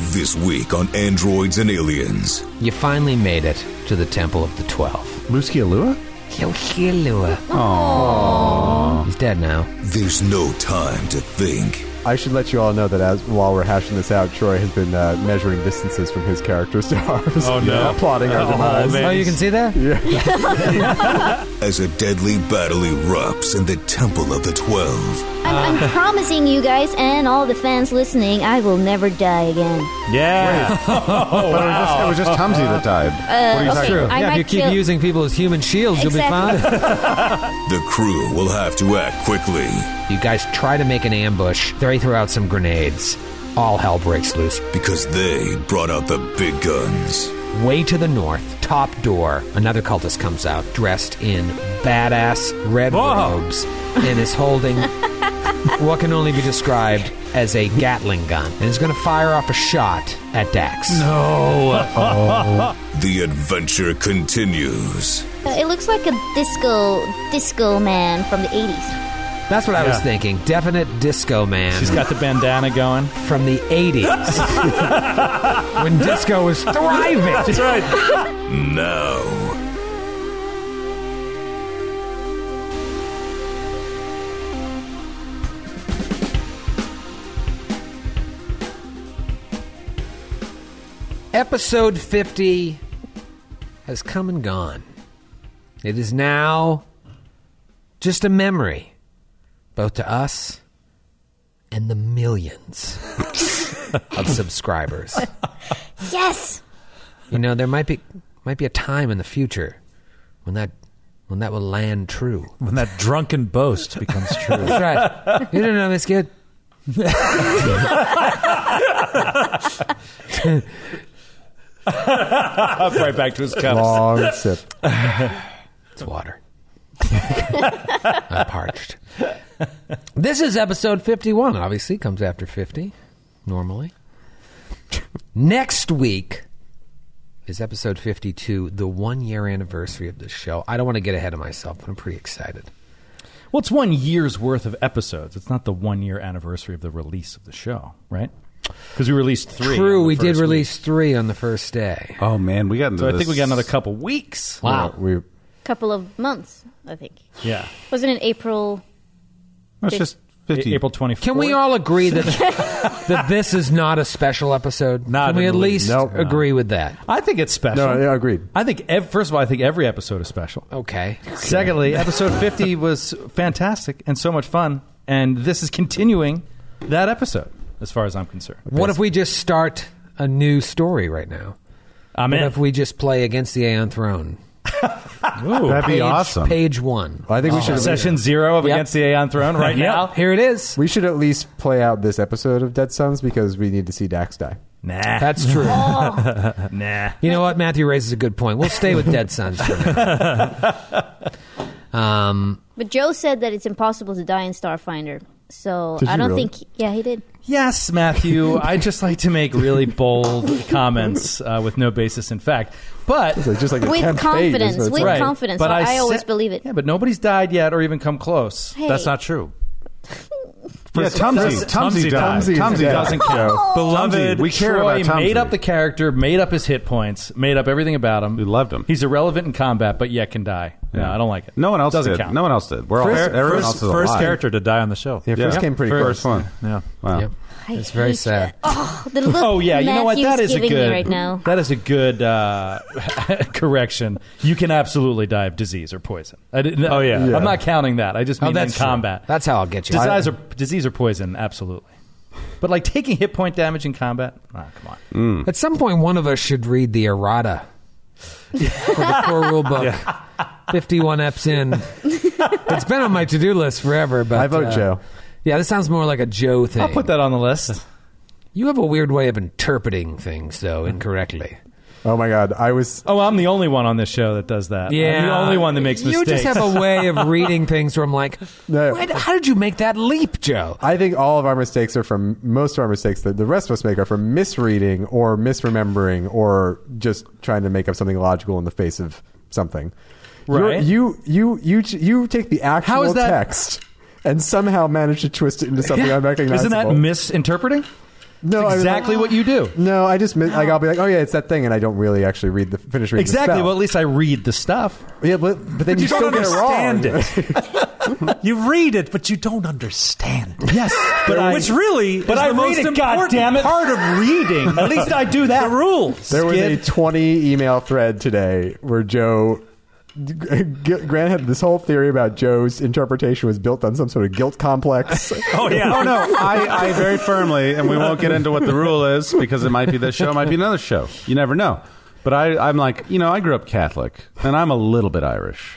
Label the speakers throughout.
Speaker 1: This week on Androids and Aliens.
Speaker 2: You finally made it to the Temple of the Twelve.
Speaker 3: Muskialua?
Speaker 2: Kilkilua. He's dead now.
Speaker 1: There's no time to think.
Speaker 3: I should let you all know that as while we're hashing this out, Troy has been uh, measuring distances from his characters to ours.
Speaker 4: Oh, no.
Speaker 3: plotting our
Speaker 4: Oh,
Speaker 3: demise.
Speaker 4: man.
Speaker 2: Oh, you can see that?
Speaker 1: As a deadly battle erupts in the Temple of the Twelve.
Speaker 5: I'm,
Speaker 4: Uh.
Speaker 5: I'm promising you guys and all the fans listening, I will never die again.
Speaker 4: Yeah.
Speaker 6: But it,
Speaker 4: Oh.
Speaker 6: was just, it was just Tumsy that died.
Speaker 5: Uh, okay, I
Speaker 2: yeah,
Speaker 5: might
Speaker 2: if you keep
Speaker 5: kill-
Speaker 2: using people as human shields, you'll be
Speaker 5: Exactly.
Speaker 2: fine.
Speaker 1: The crew will have to act quickly
Speaker 2: you guys try to make an ambush. They throw out some grenades. All hell breaks loose.
Speaker 1: because they brought out the big guns.
Speaker 2: Way to the north, top door, another cultist comes out dressed in badass red
Speaker 4: Whoa.
Speaker 2: robes and is holding what can only be described as a Gatling gun and is going to fire off a shot at Dax.
Speaker 1: The adventure continues.
Speaker 5: Uh, it looks like a disco disco man from the 80s.
Speaker 2: That's what I was
Speaker 4: Yeah.
Speaker 2: thinking. Definite disco man
Speaker 4: She's got the bandana going.
Speaker 2: from the 80s when disco was thriving.
Speaker 4: That's right.
Speaker 1: Now.
Speaker 2: Episode 50 has come and gone. It is now just a memory, both to us and the millions of subscribers.
Speaker 5: Yes!
Speaker 2: You know, there might be might be a time in the future when that when that will land true.
Speaker 4: When that drunken boast becomes true.
Speaker 2: That's right. You don't know this kid.
Speaker 4: Up right back to his cups.
Speaker 3: Long sip.
Speaker 2: It's water. I'm parched. This is episode 51, obviously, comes after 50, normally. Next week is episode 52, the one year anniversary of this show. I don't want to get ahead of myself, but I'm pretty excited.
Speaker 4: Well, it's one year's worth of episodes. It's not the one year anniversary of the release of the show, right? Because we released three.
Speaker 2: True,
Speaker 4: on the
Speaker 2: we did
Speaker 4: first
Speaker 2: release three on the first day.
Speaker 6: Oh man, we got into
Speaker 4: week. So I
Speaker 6: this-
Speaker 4: think we got another couple weeks.
Speaker 2: Wow.
Speaker 3: We,
Speaker 5: Couple of months, I think.
Speaker 4: Yeah.
Speaker 5: Wasn't it April?
Speaker 6: No, it's just
Speaker 4: A-
Speaker 6: fifty.
Speaker 4: April 24th.
Speaker 2: Can we all agree that that this is not a special episode?
Speaker 4: Not
Speaker 2: Can we
Speaker 4: in
Speaker 2: at
Speaker 4: the
Speaker 2: least
Speaker 4: least.
Speaker 3: Nope.
Speaker 2: agree with that?
Speaker 4: I think it's special.
Speaker 3: no, yeah, agreed.
Speaker 4: I think, ev- first of all, I think every episode is special.
Speaker 2: Okay.
Speaker 4: Secondly, episode 50 was fantastic and so much fun. And this is continuing that episode, as far as I'm concerned.
Speaker 2: What if we just start a new story right now?
Speaker 4: I'm
Speaker 2: What
Speaker 4: in.
Speaker 2: if we just play against the Aeon Throne?
Speaker 6: That'd be
Speaker 2: Page-
Speaker 6: awesome.
Speaker 2: Page one.
Speaker 3: I
Speaker 4: Oh,
Speaker 3: think we should. At least,
Speaker 4: Session zero of
Speaker 2: Yep.
Speaker 4: Against the Aeon Throne right now.
Speaker 2: Here it is.
Speaker 3: we should at least play out this episode of Dead Sons because we need to see Dax die.
Speaker 4: Nah.
Speaker 2: That's true.
Speaker 5: Oh.
Speaker 4: nah.
Speaker 2: you know what? Matthew raises a good point. We'll stay with Dead Sons for now. Um,
Speaker 5: But Joe said that it's impossible to die in Starfinder. So
Speaker 3: Did
Speaker 5: I
Speaker 3: he
Speaker 5: don't
Speaker 3: really?
Speaker 5: think. Yeah, he did.
Speaker 4: Yes, Matthew. I just like to make really bold comments uh, with no basis in fact. But
Speaker 3: So it's just like the
Speaker 5: With
Speaker 3: 10th page is
Speaker 5: confidence,
Speaker 3: what it's
Speaker 5: with
Speaker 3: like.
Speaker 4: Right.
Speaker 5: confidence, so I always believe it.
Speaker 4: Yeah, but nobody's died yet or even come close.
Speaker 5: Hey.
Speaker 6: That's not true. yeah, Tumsy,
Speaker 4: That's- Tumsy
Speaker 6: Tumsy, died.
Speaker 3: Tumsy is
Speaker 6: Tumsy
Speaker 3: dead.
Speaker 6: doesn't count.
Speaker 4: Beloved,
Speaker 6: Tumsy, we care
Speaker 4: Troy
Speaker 6: about Tumsy.
Speaker 4: made up the character, made up his hit points, made up everything about him.
Speaker 6: We loved him.
Speaker 4: He's irrelevant in combat, but yet can die. No,
Speaker 6: Yeah.
Speaker 4: I don't like it.
Speaker 6: No one else
Speaker 4: Doesn't
Speaker 6: did.
Speaker 4: count.
Speaker 6: No one else did. We're all
Speaker 7: First,
Speaker 6: everyone
Speaker 7: first-
Speaker 6: else is
Speaker 7: first
Speaker 6: alive.
Speaker 7: character to die on the show.
Speaker 3: Yeah, first came pretty
Speaker 6: first
Speaker 3: close.
Speaker 6: one.
Speaker 7: Yeah.
Speaker 6: Wow.
Speaker 2: yep.
Speaker 5: I
Speaker 2: It's very
Speaker 5: hate
Speaker 2: sad.
Speaker 5: that. Oh, the look
Speaker 4: Oh yeah, you know what? That
Speaker 5: Matthew's
Speaker 4: is a
Speaker 5: giving
Speaker 4: good.
Speaker 5: me right now.
Speaker 4: That is a good uh, correction. You can absolutely die of disease or poison. I didn't,
Speaker 7: Oh, yeah.
Speaker 3: Yeah.
Speaker 4: I'm not counting that. I just mean in
Speaker 2: true.
Speaker 4: combat.
Speaker 2: Oh, That's how I'll get you.
Speaker 4: disease or disease or poison, absolutely. But like taking hit point damage in combat, ah, come on.
Speaker 2: At some point, one of us should read the errata for the core rule book. 51 eps in. It's been on my to do list forever, but.
Speaker 3: I vote
Speaker 2: uh,
Speaker 3: Joe.
Speaker 2: Yeah, this sounds more like a Joe thing.
Speaker 4: I'll put that on the list.
Speaker 2: You have a weird way of interpreting things, though, incorrectly.
Speaker 3: Oh my god, I was.
Speaker 4: Oh, I'm the only one on this show that does that. I'm the only one that makes
Speaker 2: you
Speaker 4: mistakes.
Speaker 2: just have a way of reading things where I'm like,
Speaker 3: No.
Speaker 2: "Wait, how did you make that leap, Joe?
Speaker 3: I think all of our mistakes are from most of our mistakes that the rest of us make are from misreading or misremembering or just trying to make up something logical in the face of something. You're-
Speaker 4: Right.
Speaker 3: You you you ch- you take the actual
Speaker 4: is that-
Speaker 3: text and somehow manage to twist it into something unrecognizable.
Speaker 4: Isn't that misinterpreting?
Speaker 3: No,
Speaker 4: It's
Speaker 3: I-
Speaker 4: exactly what you do.
Speaker 3: No, I just mi- like I'll be like, oh yeah, it's that thing, and I don't really actually read the finish reading.
Speaker 4: Exactly.
Speaker 3: The
Speaker 4: Well,
Speaker 3: spell.
Speaker 4: at least I read the stuff.
Speaker 3: yeah, but but then
Speaker 6: But
Speaker 3: you,
Speaker 6: you
Speaker 3: still
Speaker 6: don't understand
Speaker 3: get it wrong.
Speaker 6: it. you read it, but you don't understand.
Speaker 4: Yes, but I,
Speaker 6: Which really,
Speaker 4: but
Speaker 6: is
Speaker 4: I
Speaker 6: the
Speaker 4: read
Speaker 6: most
Speaker 4: it. God
Speaker 6: important
Speaker 4: damn it!
Speaker 6: Part of reading.
Speaker 4: At least I do that.
Speaker 6: The rules.
Speaker 3: There was a
Speaker 4: Skip.
Speaker 3: 20 email thread today where Joe. Grant had this whole theory about Joe's interpretation was built on some sort of guilt complex.
Speaker 6: Oh yeah.
Speaker 7: Oh no, I, I very firmly, and we won't get into what the rule is because it might be this show, it might be another show. You never know. But I, I'm like, you know, I grew up Catholic, and I'm a little bit Irish.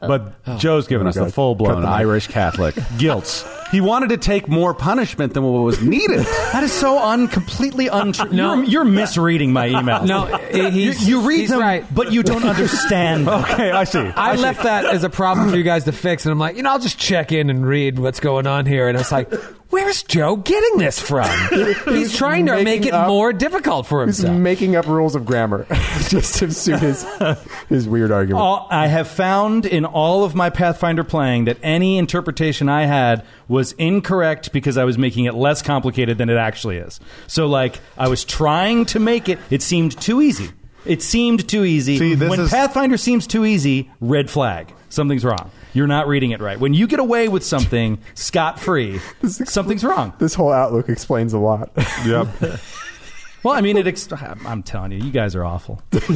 Speaker 7: But Joe's given us
Speaker 3: God.
Speaker 7: the full
Speaker 3: Cut
Speaker 7: blown
Speaker 3: the mic.
Speaker 7: Irish Catholic guilt. He wanted to take more punishment than what was needed.
Speaker 4: That is so un completely untrue.
Speaker 2: No.
Speaker 4: you're, you're misreading my emails.
Speaker 2: No,
Speaker 4: you,
Speaker 2: he's-
Speaker 4: you read
Speaker 2: he's
Speaker 4: them,
Speaker 2: right.
Speaker 4: but you don't understand.
Speaker 7: okay, I see.
Speaker 2: I left that as a problem for you guys to fix, and I'm like, you know, I'll just check in and read what's going on here. And I was like, where's Joe getting this from? He's trying to make
Speaker 3: making
Speaker 2: it
Speaker 3: up-
Speaker 2: more difficult for
Speaker 3: He's
Speaker 2: himself.
Speaker 3: making up rules of grammar just to suit his his weird argument.
Speaker 4: All, I have found in all of my Pathfinder playing that any interpretation I had was incorrect because I was making it less complicated than it actually is. So, like, I was trying to make it, it seemed too easy. It seemed too easy.
Speaker 7: See, this
Speaker 4: when
Speaker 7: is-
Speaker 4: Pathfinder seems too easy, red flag. Something's wrong. You're not reading it right. When you get away with something scot free, something's wrong.
Speaker 3: This whole outlook explains a lot.
Speaker 7: Yep.
Speaker 4: Well, I mean, it. Ex- I'm telling you, you guys are awful. You're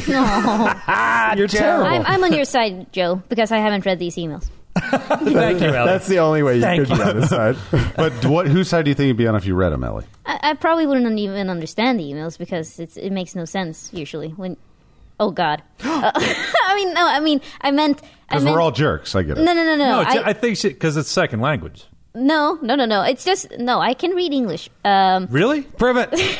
Speaker 4: terrible.
Speaker 5: I'm, I'm on your side, Joe, because I haven't read these emails.
Speaker 4: Thank you, Ellie.
Speaker 3: That's the only way you
Speaker 4: Thank
Speaker 3: could be on this side.
Speaker 7: But what, whose side do you think you'd be on if you read them, Ellie?
Speaker 5: I, I probably wouldn't even understand the emails because it's, it makes no sense usually. When, oh God, Uh, I mean no, I mean I meant I
Speaker 7: Because
Speaker 5: meant
Speaker 7: we're all jerks. I get it.
Speaker 5: no, no, no, no.
Speaker 7: No,
Speaker 5: I,
Speaker 7: it's-
Speaker 6: I think because it's second language.
Speaker 5: no, no, no, no. It's just no. I can read English. Um,
Speaker 6: Really?
Speaker 4: Prove it.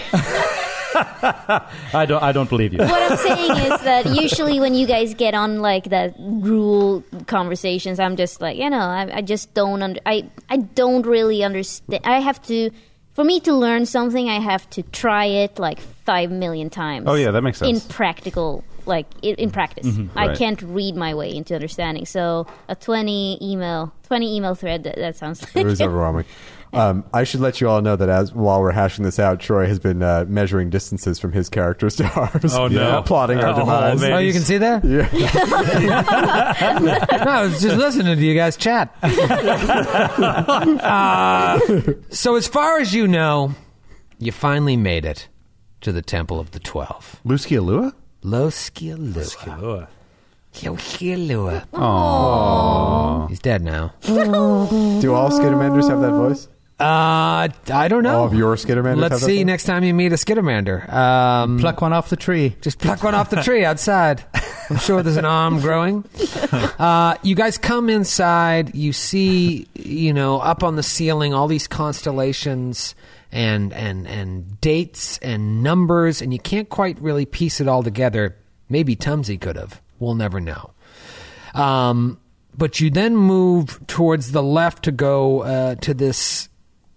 Speaker 4: I don't. I don't believe you.
Speaker 5: what I'm saying is that usually when you guys get on like the rule conversations, I'm just like, you know, I, I just don't under, I I don't really understand. I have to, for me to learn something, I have to try it like five million times.
Speaker 7: Oh, yeah, that makes sense. Mm-hmm,
Speaker 5: In practical, like in, in practice, I
Speaker 7: Right.
Speaker 5: can't read my way into understanding. So a twenty email, twenty email thread. That, that sounds. Like
Speaker 3: It was overwhelming. Um, I should let you all know that as while we're hashing this out, Troy has been uh, measuring distances from his characters to ours.
Speaker 6: Oh, no.
Speaker 3: Yeah. plotting our
Speaker 6: Oh,
Speaker 3: demise.
Speaker 6: man.
Speaker 2: Oh, you can see that? Yeah. no, I was just listening to you guys chat. Uh, so, as far as you know, you finally made it to the Temple of the Twelve.
Speaker 7: Lusky Alua?
Speaker 2: Loskilua. Loskilua. He's dead now.
Speaker 3: Do all Skittermanders have that voice?
Speaker 2: Uh, I don't know.
Speaker 3: All of your Skittermanders
Speaker 2: Let's
Speaker 3: have that
Speaker 2: see
Speaker 3: voice?
Speaker 2: next time you meet a Skittermander. Um,
Speaker 4: Pluck one off the tree.
Speaker 2: Just pluck one off the tree outside. I'm sure there's an arm growing. Uh, you guys come inside. You see, you know, up on the ceiling, all these constellations and and and dates and numbers, and you can't quite really piece it all together. Maybe Tumsy could have. We'll never know. Um, but you then move towards the left to go uh, to this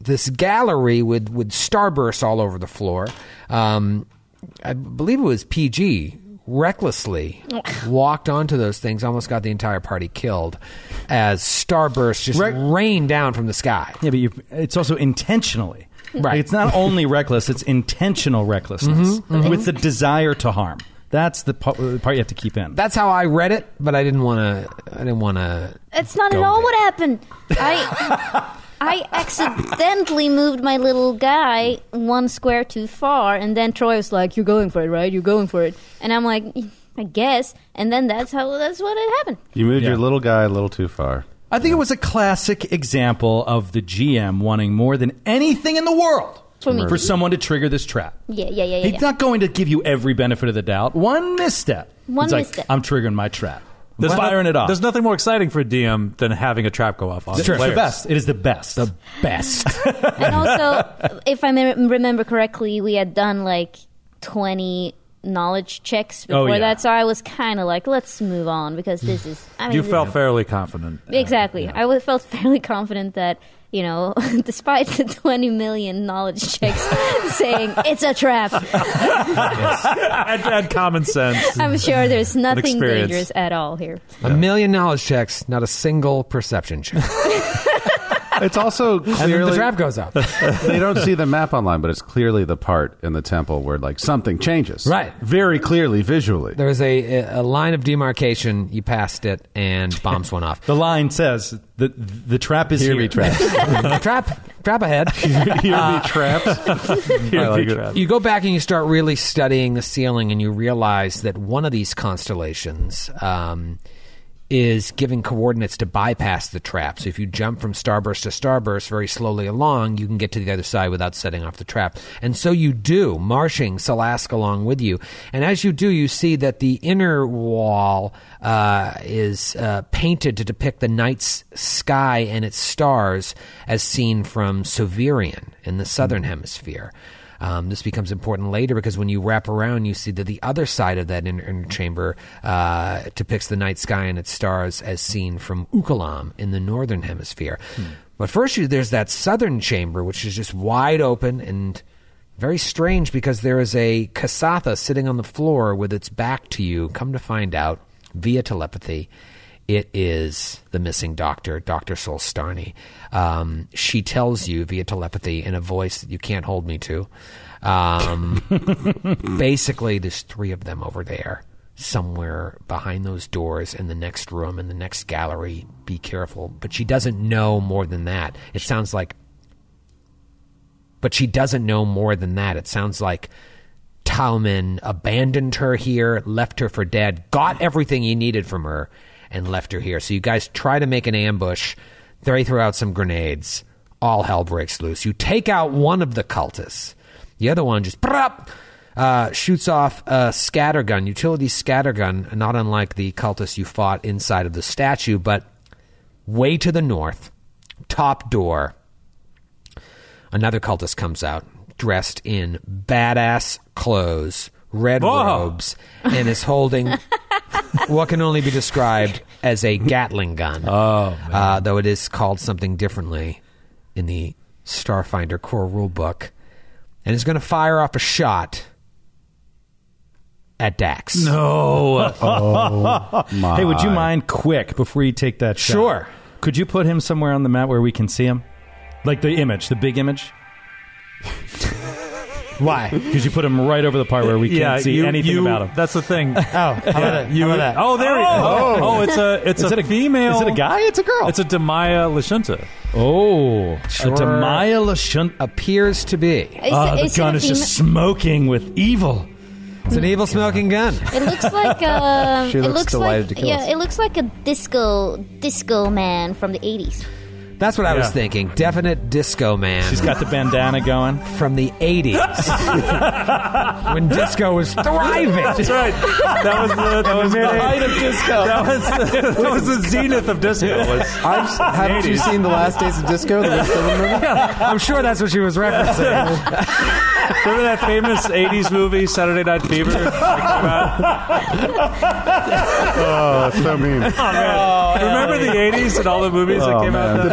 Speaker 2: this gallery with with starbursts all over the floor. Um, I believe it was PG recklessly walked onto those things, almost got the entire party killed as starbursts just
Speaker 4: Rec-
Speaker 2: rained down from the sky.
Speaker 4: Yeah, but you, it's also intentionally.
Speaker 2: Right.
Speaker 4: It's not only reckless; it's intentional recklessness with the desire to harm. That's the part, the part you have to keep in.
Speaker 2: That's how I read it, but I didn't want to. I didn't want to.
Speaker 5: That's not at
Speaker 2: Go
Speaker 5: all
Speaker 2: there.
Speaker 5: what happened. I I accidentally moved my little guy one square too far, and then Troy was like, "You're going for it, right? You're going for it." And I'm like, "I guess." And then that's how that's what it happened.
Speaker 7: You moved
Speaker 4: Yeah.
Speaker 7: your little guy a little too far.
Speaker 4: I think it was a classic example of the GM wanting more than anything in the world
Speaker 5: For me.
Speaker 4: someone to trigger this trap.
Speaker 5: Yeah, yeah, yeah, yeah.
Speaker 4: He's
Speaker 5: yeah.
Speaker 4: not going to give you every benefit of the doubt. One misstep.
Speaker 5: One
Speaker 4: He's like,
Speaker 5: misstep.
Speaker 4: I'm triggering my trap. I'm firing
Speaker 6: no-
Speaker 4: it off.
Speaker 6: There's nothing more exciting for a DM than having a trap go off on
Speaker 4: It's
Speaker 6: the
Speaker 4: true. It's
Speaker 6: players.
Speaker 4: the best. It is the best. The best.
Speaker 5: and also, if I me- remember correctly, we had done like 20 knowledge checks
Speaker 4: Oh,
Speaker 5: before
Speaker 4: yeah.
Speaker 5: that, so I was kind of like, "Let's move on," because this is. I mean,
Speaker 6: You
Speaker 5: this
Speaker 6: felt fairly confident.
Speaker 5: Exactly. I w- felt fairly confident that, you know, despite the 20 million knowledge checks saying it's a trap,
Speaker 6: add, add common sense.
Speaker 5: I'm sure there's nothing
Speaker 6: experience.
Speaker 5: dangerous at all here.
Speaker 2: A million knowledge checks, not a single perception check.
Speaker 7: It's also
Speaker 2: And then the
Speaker 7: clearly
Speaker 2: trap goes up.
Speaker 7: they don't see the map online, but it's clearly the part in the temple where like something changes,
Speaker 2: Right.
Speaker 7: Very clearly visually.
Speaker 2: There was a, a line of demarcation. You passed it, and bombs went off.
Speaker 4: The line says that the trap is here.
Speaker 3: Here be trapped.
Speaker 2: trap, trap ahead.
Speaker 7: Here
Speaker 6: Ah.
Speaker 7: be trapped.
Speaker 4: Here
Speaker 7: I like
Speaker 4: be
Speaker 7: it.
Speaker 4: trapped.
Speaker 2: Uh, You go back and you start really studying the ceiling, and you realize that one of these constellations um, is giving coordinates to bypass the trap. So if you jump from starburst to starburst very slowly along, you can get to the other side without setting off the trap. And so you do, marching Salask along with you. And as you do, you see that the inner wall uh, is uh, painted to depict the night's sky and its stars as seen from Sovirian in the southern hemisphere. Um, this becomes important later because when you wrap around, you see that the other side of that inner, inner chamber uh, depicts the night sky and its stars as seen from Ukalam in the northern hemisphere. But first, you, there's that southern chamber, which is just wide open and very strange because there is a Kasatha sitting on the floor with its back to you. Come to find out via telepathy. It is the missing doctor, Dr. Solstani. Um, she tells you via telepathy in a voice that you can't hold me to. Um, basically, there's three of them over there, somewhere behind those doors in the next room, in the next gallery. Be careful. But she doesn't know more than that. It sounds like but she doesn't know more than that. It sounds like Talman abandoned her here, left her for dead, got everything he needed from her, and left her here. So you guys try to make an ambush. They throw out some grenades. All hell breaks loose. You take out one of the cultists. The other one just prop, uh, shoots off a scattergun, utility scattergun, not unlike the cultist you fought inside of the statue, but way to the north, top door another cultist comes out dressed in badass clothes, red robes, and is holding what can only be described as a Gatling gun. Oh, uh, though it is called something differently in the Starfinder core rulebook, and is going to fire off a shot at Dax.
Speaker 4: No.
Speaker 7: My.
Speaker 4: Hey,
Speaker 6: Ah.
Speaker 4: would you mind quick before you take that shot?
Speaker 2: Sure.
Speaker 4: Could you put him somewhere on the map where we can see him? Like the image, the big image?
Speaker 2: Why?
Speaker 4: Because you put him right over the part where we
Speaker 6: yeah,
Speaker 4: can't see
Speaker 6: you-
Speaker 4: anything
Speaker 6: you-
Speaker 4: about him.
Speaker 6: That's the thing.
Speaker 8: Oh, how about that? How about that?
Speaker 6: Oh, there he oh. oh, it's a it's
Speaker 4: Is
Speaker 6: a,
Speaker 4: it a-
Speaker 6: female.
Speaker 4: is it a guy? It's a girl.
Speaker 6: It's a Demaya Lashunta.
Speaker 4: oh, a Demaya Lashunt.
Speaker 2: Appears to be.
Speaker 5: Is,
Speaker 4: Ah, the
Speaker 5: is it a
Speaker 4: gun is just smoking with evil.
Speaker 2: It's an evil smoking gun.
Speaker 5: female- It looks like um,
Speaker 3: She
Speaker 5: it
Speaker 3: looks
Speaker 5: looks
Speaker 3: delighted to
Speaker 5: like
Speaker 3: kill
Speaker 5: yeah,
Speaker 3: us.
Speaker 5: it looks like a disco disco man from the eighties.
Speaker 2: That's what I was
Speaker 4: Yeah.
Speaker 2: thinking. Definite disco man.
Speaker 4: She's got the bandana going.
Speaker 2: from the 80s when disco was thriving.
Speaker 6: That's right. That was the that was the height of disco. That was the, that was the zenith of disco. Was,
Speaker 3: I've, haven't you seen the Last Days of Disco? The Rick Silverman movie?
Speaker 2: I'm sure that's what she was referencing.
Speaker 6: remember that famous '80s movie Saturday Night Fever?
Speaker 7: Oh, that's so mean.
Speaker 6: remember the '80s and all the movies
Speaker 4: Uh,
Speaker 6: that
Speaker 7: Oh,
Speaker 6: came out.
Speaker 7: man.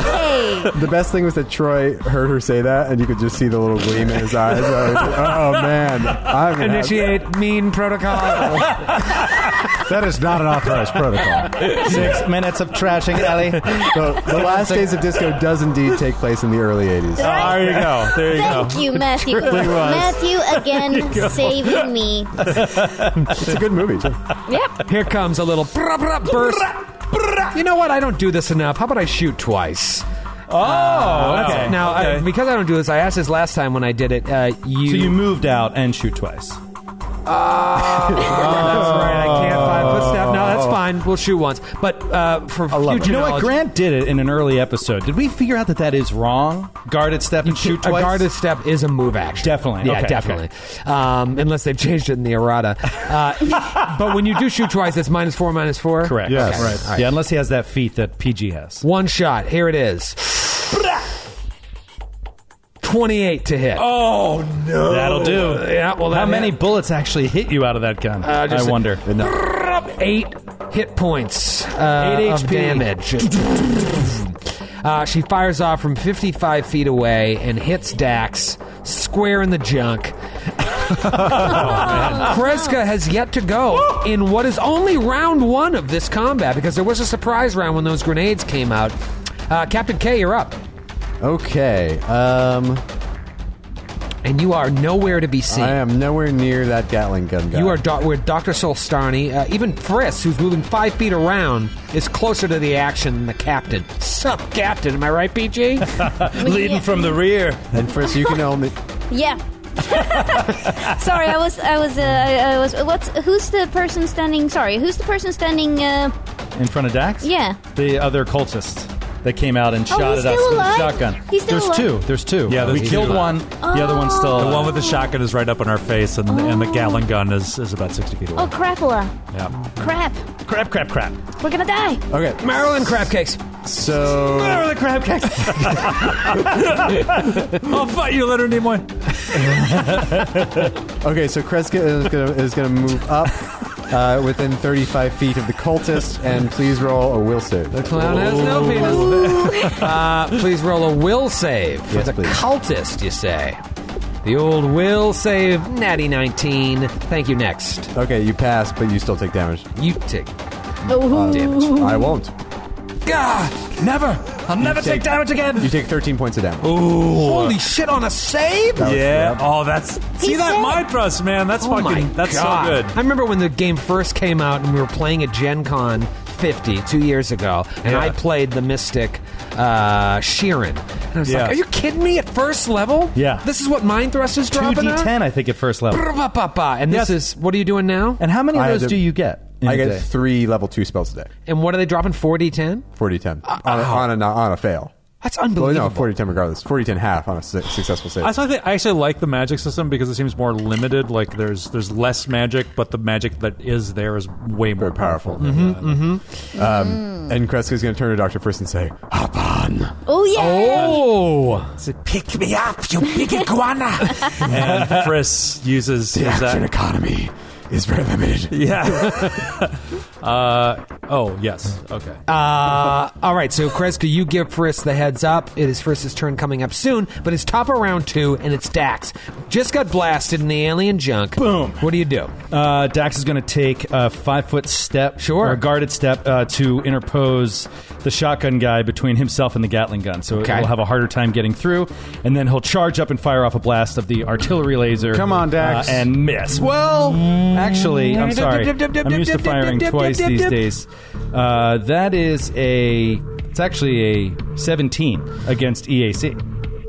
Speaker 5: Hey, hey, hey.
Speaker 3: The best thing was that Troy heard her say that, and you could just see the little gleam in his eyes. I was like, oh man, I'm gonna have-
Speaker 2: Initiate mean protocol.
Speaker 7: That is not an authorized protocol.
Speaker 8: Six minutes of trashing, Ellie.
Speaker 3: The, the Last Days of Disco does indeed take place in the early '80s.
Speaker 6: There you go. There you go.
Speaker 5: Thank you, Matthew. Matthew again saving me.
Speaker 3: It's a good movie. too.
Speaker 5: Yep.
Speaker 2: Here comes a little brah, brah, burst. You know what? I don't do this enough. How about I shoot twice? Uh,
Speaker 4: Oh,
Speaker 2: That's-
Speaker 4: okay.
Speaker 2: Now, I-
Speaker 4: Okay.
Speaker 2: because I don't do this, I asked this last time when I did it. Uh, you,
Speaker 4: so you moved out and shoot twice.
Speaker 2: that's right. I can't five footstep. No, that's
Speaker 4: Oh.
Speaker 2: fine. We'll shoot once, but uh, for future,
Speaker 4: You know what?
Speaker 2: knowledge-
Speaker 4: Grant did it in an early episode. Did we figure out that that is wrong? Guarded step and shoot
Speaker 2: A
Speaker 4: twice.
Speaker 2: guarded step is a move action.
Speaker 4: Definitely.
Speaker 2: Yeah,
Speaker 4: Okay,
Speaker 2: definitely. Um, unless they've changed it in the errata. Uh, but when you do shoot twice, it's minus four, minus four.
Speaker 4: Correct.
Speaker 7: Yes.
Speaker 4: Okay.
Speaker 7: Right.
Speaker 4: All right. Yeah, unless he has that feat that PG has.
Speaker 2: One shot. Here it is. 28 to hit. Oh,
Speaker 4: That'll do.
Speaker 2: yeah. Well,
Speaker 4: How
Speaker 2: that
Speaker 4: many
Speaker 2: hit.
Speaker 4: bullets actually hit you out of that gun?
Speaker 2: Uh, just-
Speaker 4: I wonder.
Speaker 2: Eight hit points uh,
Speaker 4: Eight
Speaker 2: of
Speaker 4: HP.
Speaker 2: damage. Uh, she fires off from 55 feet away and hits Dax square in the junk. Kreska has yet to go in what is only round one of this combat because there was a surprise round when those grenades came out. Uh, Captain K, you're up.
Speaker 3: Okay. Um,
Speaker 2: And you are nowhere to be seen.
Speaker 3: I am nowhere near that Gatling gun guy.
Speaker 2: You are doc where Dr. Solstani, uh, even Friss, who's moving five feet around, is closer to the action than the captain. Sup, captain? Am I right, PG?
Speaker 5: Leading from the
Speaker 3: And Fritz, you can only.
Speaker 5: yeah. Sorry, I was I was uh, I I was what's who's the person standing? Sorry, who's the person standing? Uh,
Speaker 4: in front of Dax.
Speaker 5: Yeah. Oh,
Speaker 4: the other cultist that came out and shot
Speaker 5: he's
Speaker 4: at us
Speaker 5: still
Speaker 4: with a
Speaker 5: alive?
Speaker 4: shotgun.
Speaker 5: He's still
Speaker 4: there's
Speaker 5: alive?
Speaker 4: two. There's two.
Speaker 6: Yeah,
Speaker 4: we
Speaker 6: there's two
Speaker 4: killed one.
Speaker 6: left.
Speaker 4: The other one's still.
Speaker 6: The
Speaker 4: alive.
Speaker 6: one with the shotgun is right up in our face, and, and the Gatling gun is, is about 60 feet away.
Speaker 5: Oh, crapola!
Speaker 6: Yeah.
Speaker 5: Crap!
Speaker 6: Crap, crap, crap.
Speaker 5: We're gonna die.
Speaker 4: Uh,
Speaker 3: Okay.
Speaker 2: Marilyn crab cakes.
Speaker 3: So
Speaker 6: the crab cakes. I'll fight you, Leonard Nimoy.
Speaker 3: okay, so Kreska is gonna is gonna move up uh, within 35 feet of the cultist, and please roll a will save.
Speaker 2: The clown has no penis. uh, please roll a will save for
Speaker 3: Yes,
Speaker 2: the
Speaker 3: please.
Speaker 2: cultist, you say. The old will save, natty 19. Thank you, next.
Speaker 3: Okay, you pass, but you still take damage.
Speaker 2: You take
Speaker 4: uh,
Speaker 5: Oh,
Speaker 2: damage.
Speaker 3: I won't.
Speaker 2: Gah!
Speaker 6: Never. I'll never
Speaker 3: take-
Speaker 6: take damage again.
Speaker 3: You take 13 points of damage.
Speaker 2: Holy shit on a save?
Speaker 6: Yeah. Oh, that's see that
Speaker 5: said-
Speaker 6: mind thrust, man. That's
Speaker 2: Oh my
Speaker 6: fucking. That's
Speaker 2: God.
Speaker 6: so good.
Speaker 2: I remember when the game first came out and we were playing at Gen Con 50 two years ago, and
Speaker 6: Yeah.
Speaker 2: I played the Mystic uh, Sheeran. And I was
Speaker 6: Yeah.
Speaker 2: like, are you kidding me? At first level?
Speaker 4: Yeah.
Speaker 2: This is what Mind Thrust is dropping out?
Speaker 4: 2d10, I think, at first level.
Speaker 2: Ba-ba-ba-ba. And this is, what are you doing now?
Speaker 4: And how many of
Speaker 3: I had
Speaker 4: those
Speaker 3: to-
Speaker 4: do you get? in
Speaker 3: I
Speaker 4: a
Speaker 3: get
Speaker 4: day?
Speaker 3: three level two spells a day.
Speaker 2: And what are they dropping? 4d10?
Speaker 3: 40 10.
Speaker 6: Ah,
Speaker 3: on, a, on, a, no- on a fail.
Speaker 2: That's
Speaker 3: Well,
Speaker 2: unbelievable.
Speaker 3: no, 40 10 regardless. 40 10 half on a su- successful save.
Speaker 6: I actually, think- I actually like the magic system because it seems more limited. Like there's there's less magic, but the magic that is there is way more
Speaker 3: Very powerful. Mm-hmm.
Speaker 6: than that.
Speaker 3: And Kreska's going to turn to Dr. First and say, Hop on.
Speaker 5: oh yeah!
Speaker 2: Oh!
Speaker 6: Pick me up, you big iguana! and Friss uses
Speaker 3: The
Speaker 6: is
Speaker 3: action
Speaker 6: that.
Speaker 3: economy is very limited.
Speaker 6: Yeah. uh, oh yes. Okay.
Speaker 2: Uh, all right, so Kreska, you give Frisk the heads up. It is Frisk's turn coming up soon, but it's top of round two, and it's Dax. Just got blasted in the alien junk.
Speaker 4: Boom.
Speaker 2: What do you do?
Speaker 4: Uh, Dax is going to take a five foot step,
Speaker 2: Sure.
Speaker 4: or a guarded step, uh, to interpose the shotgun guy between himself and the Gatling gun, so
Speaker 2: Okay.
Speaker 4: he'll have a harder time getting through. And then he'll charge up and fire off a blast of the artillery laser.
Speaker 7: Come on, Dax.
Speaker 4: uh, and miss. Well, actually, I'm sorry, I'm used to firing twice these days. Uh, that is a. It's actually a 17 against E EAC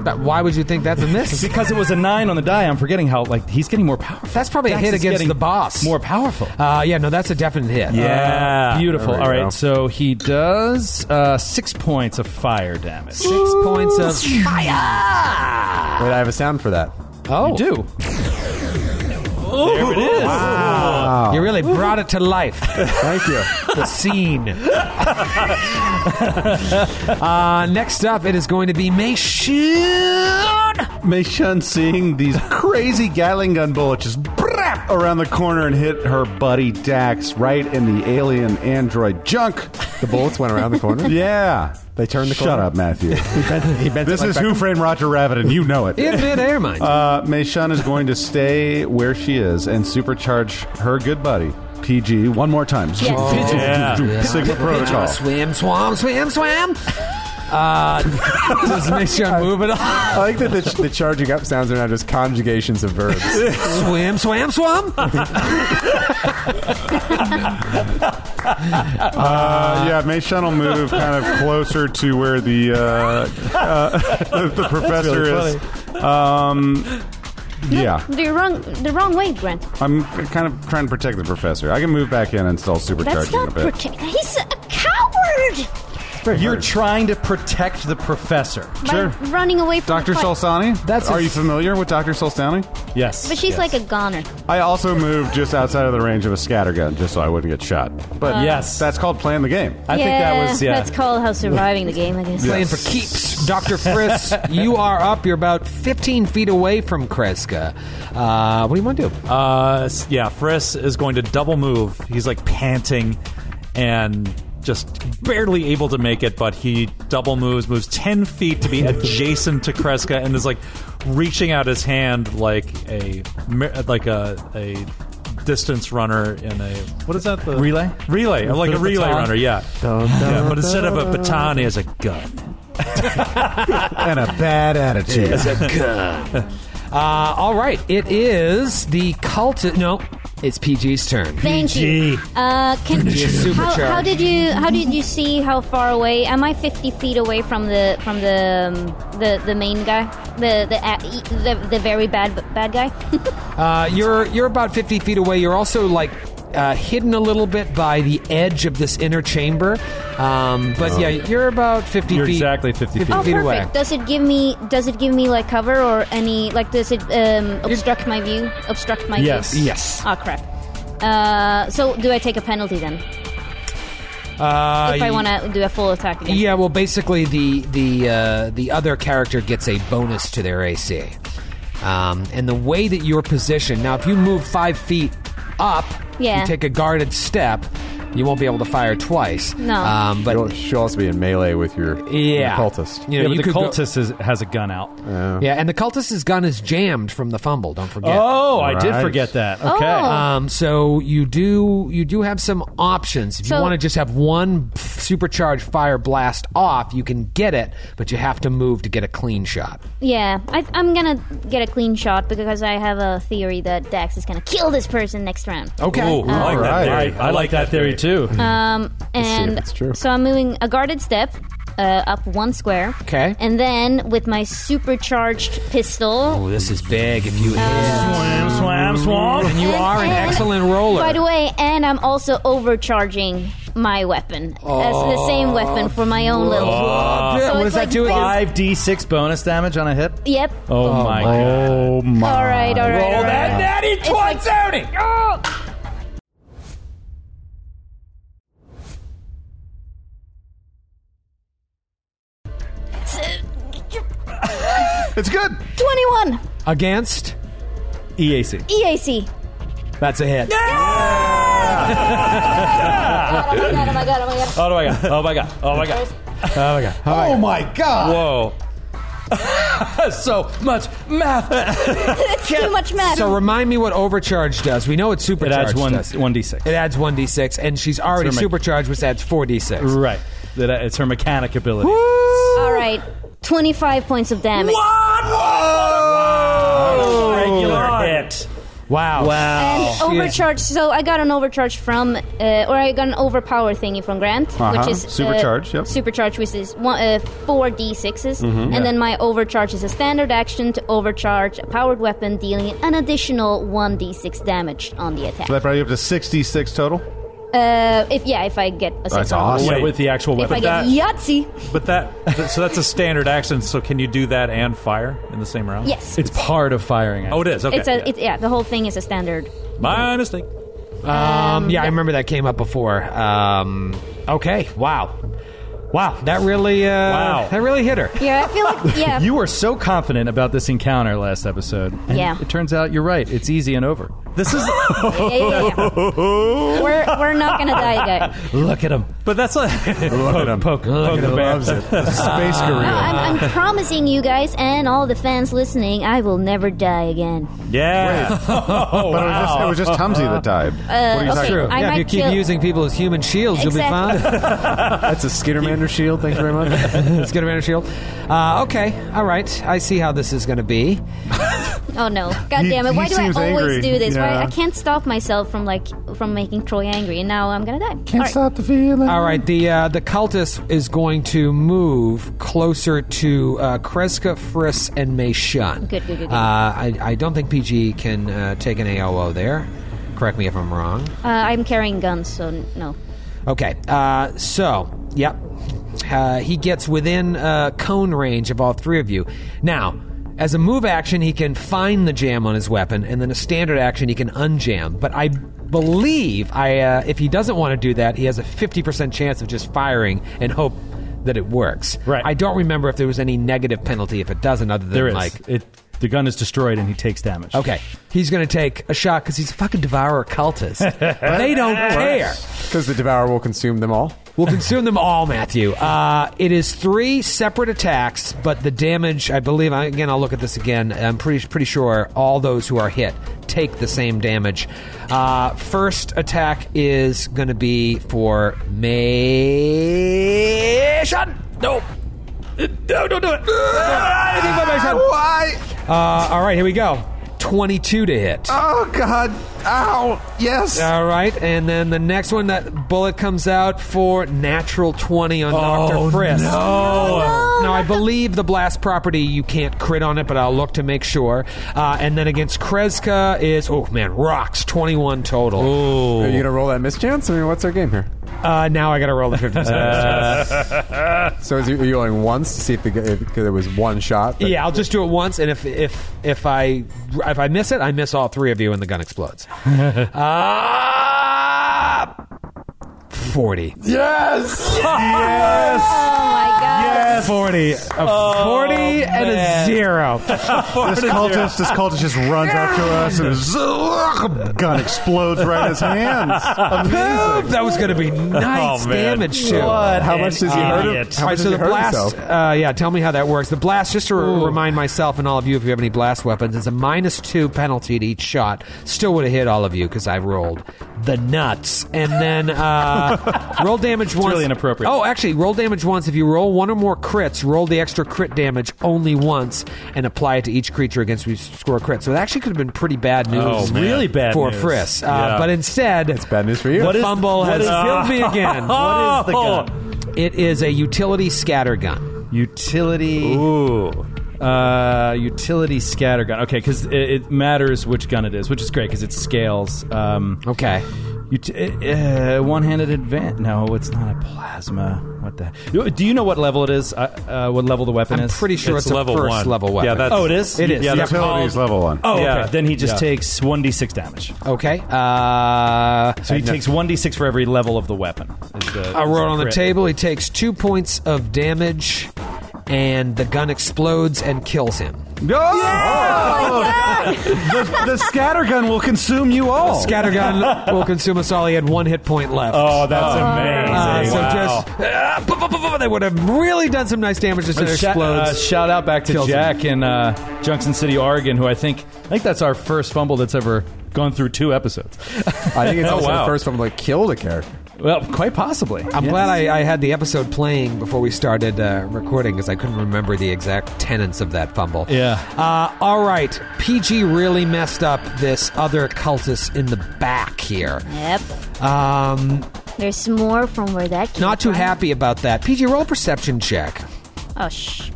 Speaker 2: But why would you think that's a miss?
Speaker 4: because it was a nine on the die. I'm forgetting how like he's getting more powerful.
Speaker 2: That's probably a
Speaker 4: Dax
Speaker 2: hit
Speaker 4: is
Speaker 2: against
Speaker 4: getting
Speaker 2: the boss.
Speaker 4: More powerful.
Speaker 2: uh, yeah, no, that's a definite hit.
Speaker 6: yeah.
Speaker 4: Uh, Beautiful.
Speaker 3: There we
Speaker 4: All right,
Speaker 3: go.
Speaker 4: so he does uh, six points of fire damage.
Speaker 2: Six points of fire.
Speaker 3: Wait, I have a sound for that.
Speaker 2: Oh,
Speaker 4: You do. there it is.
Speaker 2: You really brought it to life.
Speaker 3: Thank you.
Speaker 2: the scene. uh, next up, it is going to be Meishun.
Speaker 7: Meishun seeing these crazy Gatling gun bullets just brap around the corner and hit her buddy Dax right in the alien android junk.
Speaker 3: The bullets went around the corner.
Speaker 7: Yeah.
Speaker 3: They turned the
Speaker 7: Shut
Speaker 3: corner.
Speaker 7: up, Matthew.
Speaker 3: He bent
Speaker 7: this
Speaker 3: it like
Speaker 7: is
Speaker 3: back-
Speaker 7: Who Framed Roger Rabbit, and you know it.
Speaker 2: In midair, mind. you.
Speaker 7: Uh, Meishun is going to stay where she is and supercharge her good buddy, PG, one more time.
Speaker 5: Yes. Oh,
Speaker 6: yeah.
Speaker 7: Sigma
Speaker 2: Uh,
Speaker 7: Protocol.
Speaker 2: swim, swam, swim, swam. Uh, just make sure I move it all.
Speaker 3: I like that the, the charging up sounds are now just conjugations of verbs.
Speaker 2: Swim, swam, swam.
Speaker 7: Uh, yeah, Meishun will move kind of closer to where the uh, uh, the professor is. Um, yeah,
Speaker 4: oh.
Speaker 5: The wrong the wrong way, Grant.
Speaker 7: I'm kind of trying to protect the professor. I can move back in and still
Speaker 5: That's
Speaker 7: supercharge him
Speaker 5: not
Speaker 7: a bit.
Speaker 5: protect. He's a coward.
Speaker 4: You're trying to protect the professor.
Speaker 7: Sure.
Speaker 5: By running away from
Speaker 7: Dr.
Speaker 5: the fight.
Speaker 7: Solstani?
Speaker 2: That's
Speaker 7: Are
Speaker 2: a-
Speaker 7: you familiar with Dr. Solstani?
Speaker 4: Yes.
Speaker 5: But she's like a goner.
Speaker 7: I also moved just outside of the range of a scattergun just so I wouldn't get shot. But
Speaker 4: yes.
Speaker 7: that's called playing the game.
Speaker 4: I think that was yeah.
Speaker 5: That's called how surviving the game, I guess.
Speaker 2: Playing for keeps. Dr. Frisk, you are up. You're about 15 feet away from Kreska. Uh, what do you want to do?
Speaker 6: Uh, s- yeah, Friss is going to double move. He's like panting and just barely able to make it, but he double moves, moves 10 feet to be adjacent to Kreska and is like reaching out his hand like a, mi- like a, a distance runner in a what is that the
Speaker 4: Relay?
Speaker 6: relay I'm like a
Speaker 4: With a
Speaker 6: relay
Speaker 4: baton?
Speaker 6: runner yeah yeah but instead of a baton he has a gun
Speaker 7: and a bad attitude.
Speaker 2: Uh, all right, it is the cult. No, it's PG's turn.
Speaker 5: Thank you. Uh, can how, how did you how did you see how far away? Am I fifty feet away from the from the um, the the main guy, the the a- e- the, the very bad bad guy?
Speaker 2: Uh, you're you're about fifty feet away. You're also like uh, hidden a little bit by the edge of this inner chamber. Um, but yeah, you're about 50
Speaker 4: Oh. You're
Speaker 2: feet.
Speaker 4: exactly 50 feet.
Speaker 5: oh,
Speaker 2: feet
Speaker 5: perfect.
Speaker 2: away.
Speaker 5: Does it give me does it give me like cover or any like does it um, obstruct my view? Obstruct my
Speaker 4: Yes.
Speaker 5: view?
Speaker 2: Yes.
Speaker 5: Oh crap. Uh, so do I take a penalty then
Speaker 2: Uh,
Speaker 5: if I want to do a full attack again?
Speaker 2: Yeah, well, basically the the uh, the other character gets a bonus to their AC, um, and the way that you're positioned now, if you move five feet up,
Speaker 5: Yeah.
Speaker 2: you take a guarded step, you won't be able to fire twice.
Speaker 5: No.
Speaker 2: um, but
Speaker 3: You'll- She'll also be in melee with your, your
Speaker 2: yeah,
Speaker 3: cultist.
Speaker 2: You
Speaker 4: Yeah,
Speaker 2: know, you
Speaker 4: but the
Speaker 2: could go-
Speaker 4: cultist is, has a gun out.
Speaker 2: yeah, and the cultist's gun is jammed from the fumble. Don't forget.
Speaker 4: Oh, I did
Speaker 7: Right.
Speaker 4: forget that. Okay.
Speaker 5: Oh.
Speaker 2: Um, so you do you do have some options. If you
Speaker 5: So-
Speaker 2: want to just have one supercharged fire blast off, you can get it, but you have to move to get a clean shot.
Speaker 5: Yeah, I, I'm gonna get a clean shot because I have a theory that Dax is gonna kill this person next round.
Speaker 2: Okay.
Speaker 6: Ooh, I like
Speaker 7: Alright.
Speaker 6: that theory
Speaker 4: I like that theory too.
Speaker 5: Um, and
Speaker 3: it's true.
Speaker 5: so I'm moving a guarded step uh, up one square.
Speaker 2: Okay.
Speaker 5: And then with my supercharged pistol.
Speaker 2: Oh, this is big. If you hit,
Speaker 4: swam, swam, swam.
Speaker 2: and you
Speaker 5: Uh, And-
Speaker 2: are an
Speaker 5: and-
Speaker 2: excellent roller.
Speaker 5: By the way, and I'm also overcharging my weapon as the same weapon for my
Speaker 2: Oh.
Speaker 5: own little. So
Speaker 2: what
Speaker 5: it's
Speaker 2: does that
Speaker 5: like
Speaker 2: do?
Speaker 5: five-
Speaker 4: Five d six bonus damage on a hit.
Speaker 5: Yep.
Speaker 4: Oh, my god!
Speaker 7: Oh my!
Speaker 5: All right. All right. all right.
Speaker 2: natty
Speaker 5: like-
Speaker 7: It's good.
Speaker 5: Twenty-one E
Speaker 2: against.
Speaker 4: EAC.
Speaker 5: EAC.
Speaker 2: That's a hit.
Speaker 5: Oh my god! Oh my god! Oh my god!
Speaker 4: Oh my god! Oh my god! Oh my god! Oh my god!
Speaker 7: Oh my god!
Speaker 6: whoa
Speaker 4: so much math.
Speaker 5: Too much math.
Speaker 2: So remind me what overcharge does. We know what
Speaker 4: It
Speaker 2: supercharge
Speaker 4: adds one
Speaker 2: does.
Speaker 4: one d six.
Speaker 2: It adds one d6, and she's already
Speaker 4: Sorry, Mike.
Speaker 2: supercharged, which adds four d6.
Speaker 4: Right. That it's her mechanic ability.
Speaker 5: All right, 25 points of damage.
Speaker 4: Regular hit.
Speaker 2: Wow.
Speaker 5: And
Speaker 4: Wow.
Speaker 5: overcharge. So I got an overcharge from, uh, or I got an overpower thingy from Grant,
Speaker 7: Uh-huh.
Speaker 5: which is uh,
Speaker 7: Supercharge, yep. Mm-hmm,
Speaker 5: Supercharge, which is one, uh, four d6s, and then my overcharge is a standard action to overcharge a powered weapon, dealing an additional one d6 damage on the attack.
Speaker 7: So that brought you up to sixty-six total.
Speaker 5: Uh, if yeah, if I get a
Speaker 7: That's
Speaker 5: second one.
Speaker 7: awesome.
Speaker 4: Yeah,
Speaker 6: Wait.
Speaker 4: with the actual
Speaker 5: If I
Speaker 4: weapon.
Speaker 5: get
Speaker 6: that-
Speaker 5: Yahtzee,
Speaker 6: but that that- so that's a standard action so can you do that and fire in the same round
Speaker 5: yes,
Speaker 4: It's part of firing.
Speaker 6: oh it is okay
Speaker 5: it's a it, yeah. The whole thing is a standard.
Speaker 6: my mistake
Speaker 2: Um, yeah, I remember that came up before. Um, okay. Wow. Wow. That really. Uh,
Speaker 6: Wow.
Speaker 2: That really hit her.
Speaker 5: Yeah, I feel like yeah.
Speaker 4: You were so confident about this encounter last episode. and
Speaker 5: Yeah.
Speaker 4: It turns out you're right. It's easy and over.
Speaker 6: this is
Speaker 5: yeah, yeah, yeah. we're we're not gonna die, guys.
Speaker 4: Look at him.
Speaker 6: but that's like
Speaker 7: Look at him.
Speaker 4: Poke, poke the bear.
Speaker 7: Loves it. Space
Speaker 5: No,
Speaker 7: gorilla.
Speaker 5: Oh, I'm, I'm promising you guys and all the fans listening, I will never die again.
Speaker 6: yeah
Speaker 7: But it was just, it was just Tumsy that died.
Speaker 5: Uh, okay, I
Speaker 2: yeah,
Speaker 5: might
Speaker 2: if you keep
Speaker 5: kill-
Speaker 2: using people as human shields, you'll be
Speaker 5: Exactly.
Speaker 2: fine.
Speaker 3: That's a Skittermander shield. Thank you very much.
Speaker 2: Let's get a banner shield. Uh, okay, all right. I see how this is going to be.
Speaker 5: Oh no! God
Speaker 7: He-
Speaker 5: damn it! Why
Speaker 7: he
Speaker 5: do I
Speaker 7: seems
Speaker 5: always
Speaker 7: angry.
Speaker 5: do this? Why
Speaker 7: Yeah.
Speaker 5: I can't stop myself from like from making Troy angry, and now I'm gonna die.
Speaker 7: Can't
Speaker 5: All right.
Speaker 7: stop the feeling.
Speaker 2: All right, the uh, the cultist is going to move closer to uh, Kreska, Friss, and May Shun.
Speaker 5: Good, good, good, good.
Speaker 2: Uh, I, I don't think PG can uh, take an AOO there. Correct me if I'm wrong.
Speaker 5: Uh, I'm carrying guns, so n- no.
Speaker 2: Okay, uh, so, yep. Uh, he gets within uh, cone range of all three of you. Now, as a move action, he can find the jam on his weapon, and then a standard action, he can unjam. But I believe I, uh, if he doesn't want to do that, he has a 50% chance of just firing and hope that it works.
Speaker 4: Right.
Speaker 2: I don't remember if there was any negative penalty if it doesn't, other than
Speaker 4: There is.
Speaker 2: like.
Speaker 4: it, the gun is destroyed and he takes damage.
Speaker 2: Okay, he's going to take a shot because he's a fucking devourer cultist. they don't care.
Speaker 3: Because the Devourer will consume them all.
Speaker 2: We'll consume them all, Matthew. Uh, it is three separate attacks, but the damage, I believe, I- again, I'll look at this again. I'm pretty pretty sure all those who are hit take the same damage. Uh, first attack is going to be for Mason. No. No, don't do it. I think my Mason.
Speaker 7: Why?
Speaker 2: Uh, all right, here we go. 22 to hit.
Speaker 7: Oh God! Ow! Yes.
Speaker 2: All right, and then the next one, that bullet comes out for natural 20 on Dr. Frisk.
Speaker 6: no.
Speaker 2: Now, I believe the blast property, you can't crit on it, but I'll look to make sure. Uh, and then against Kreska is, oh man, rocks, 21 total.
Speaker 3: Are you gonna roll that mischance? I mean, what's our game here?
Speaker 2: Uh, now I gotta roll the 50
Speaker 3: So is you, are you rolling once to see if, the, g- if 'cause it was one shot? but-
Speaker 2: Yeah, I'll just do it once, and if if if I if I miss it, I miss all three of you, and the gun explodes. uh, Forty.
Speaker 7: Yes.
Speaker 5: Oh my god.
Speaker 4: 40.
Speaker 2: Forty and a
Speaker 6: Oh,
Speaker 2: zero.
Speaker 9: This cultist, this cultist just runs up to us and his gun explodes right in his hands.
Speaker 2: Boom! That was going to be nice
Speaker 6: Oh, man.
Speaker 2: damage too.
Speaker 3: How much does he hurt? him-
Speaker 6: idiot.
Speaker 3: How
Speaker 2: All right,
Speaker 3: much
Speaker 2: so
Speaker 3: does he
Speaker 2: the
Speaker 3: hurt
Speaker 2: blast.
Speaker 3: himself?
Speaker 2: Uh, yeah, tell me how that works. The blast, just to re- remind myself and all of you, if you have any blast weapons, is a minus two penalty to each shot. Still would have hit all of you because I rolled the nuts. And then uh, roll damage once.
Speaker 4: really inappropriate.
Speaker 2: Oh, actually, roll damage once. If you roll one or more crits, roll the extra crit damage only once and apply it to each creature against which you score a crit. So that actually could have been pretty bad news.
Speaker 6: Oh, man. Really
Speaker 4: bad
Speaker 2: for
Speaker 4: news.
Speaker 2: Friss. Uh,
Speaker 6: Yeah.
Speaker 2: But instead,
Speaker 3: It's bad news for you.
Speaker 2: the fumble has
Speaker 6: what
Speaker 2: killed me again.
Speaker 6: What is the gun?
Speaker 2: It is a utility scatter gun.
Speaker 4: Utility.
Speaker 6: Ooh.
Speaker 4: Uh, utility scatter gun. Okay, because it, it matters which gun it is, which is great because it scales. Um,
Speaker 2: Okay.
Speaker 4: ut- uh, one-handed advance. No, it's not a plasma. What the? You- Do you know what level it is? Uh, uh, what level the weapon
Speaker 2: I'm
Speaker 4: is?
Speaker 2: pretty sure it's,
Speaker 6: It's
Speaker 2: a
Speaker 6: level
Speaker 2: first
Speaker 6: one.
Speaker 2: level
Speaker 6: Yeah,
Speaker 2: weapon.
Speaker 6: that's-
Speaker 4: Oh, it is.
Speaker 2: It is.
Speaker 6: Yeah, that's
Speaker 7: Utilities level one.
Speaker 4: Oh,
Speaker 6: Yeah.
Speaker 4: okay. Then he just
Speaker 6: Yeah.
Speaker 4: takes one d six damage.
Speaker 2: Okay. Uh,
Speaker 4: So he takes one d six for every level of the weapon. Is the,
Speaker 2: I
Speaker 4: is
Speaker 2: roll on the
Speaker 4: crit.
Speaker 2: table. He takes two points of damage, and the gun explodes and kills him.
Speaker 7: the, the scatter gun will consume you all.
Speaker 2: Scattergun will consume us all. He had one hit point left.
Speaker 6: Oh, that's amazing.
Speaker 2: Uh, so
Speaker 6: Wow.
Speaker 2: just uh, bu- bu- bu- bu- they would have really done some nice damage. Just
Speaker 4: Uh,
Speaker 2: it
Speaker 4: sha-
Speaker 2: explodes.
Speaker 4: uh, shout out back to
Speaker 2: Kills him.
Speaker 4: Jack in uh, Junction City, Oregon, who I think I think that's our first fumble that's ever gone through two episodes.
Speaker 3: I think it's also
Speaker 6: wow.
Speaker 3: the first one that killed a character.
Speaker 4: Well, quite possibly.
Speaker 2: I'm glad I, I had the episode playing before we started uh, recording because I couldn't remember the exact tenets of that fumble.
Speaker 4: Yeah.
Speaker 2: Uh, all right. PG really messed up this other cultist in the back here.
Speaker 5: Yep.
Speaker 2: Um,
Speaker 5: There's more from where that came
Speaker 2: not too
Speaker 5: from.
Speaker 2: happy about that. PG, roll a perception check.
Speaker 5: Oh, shh.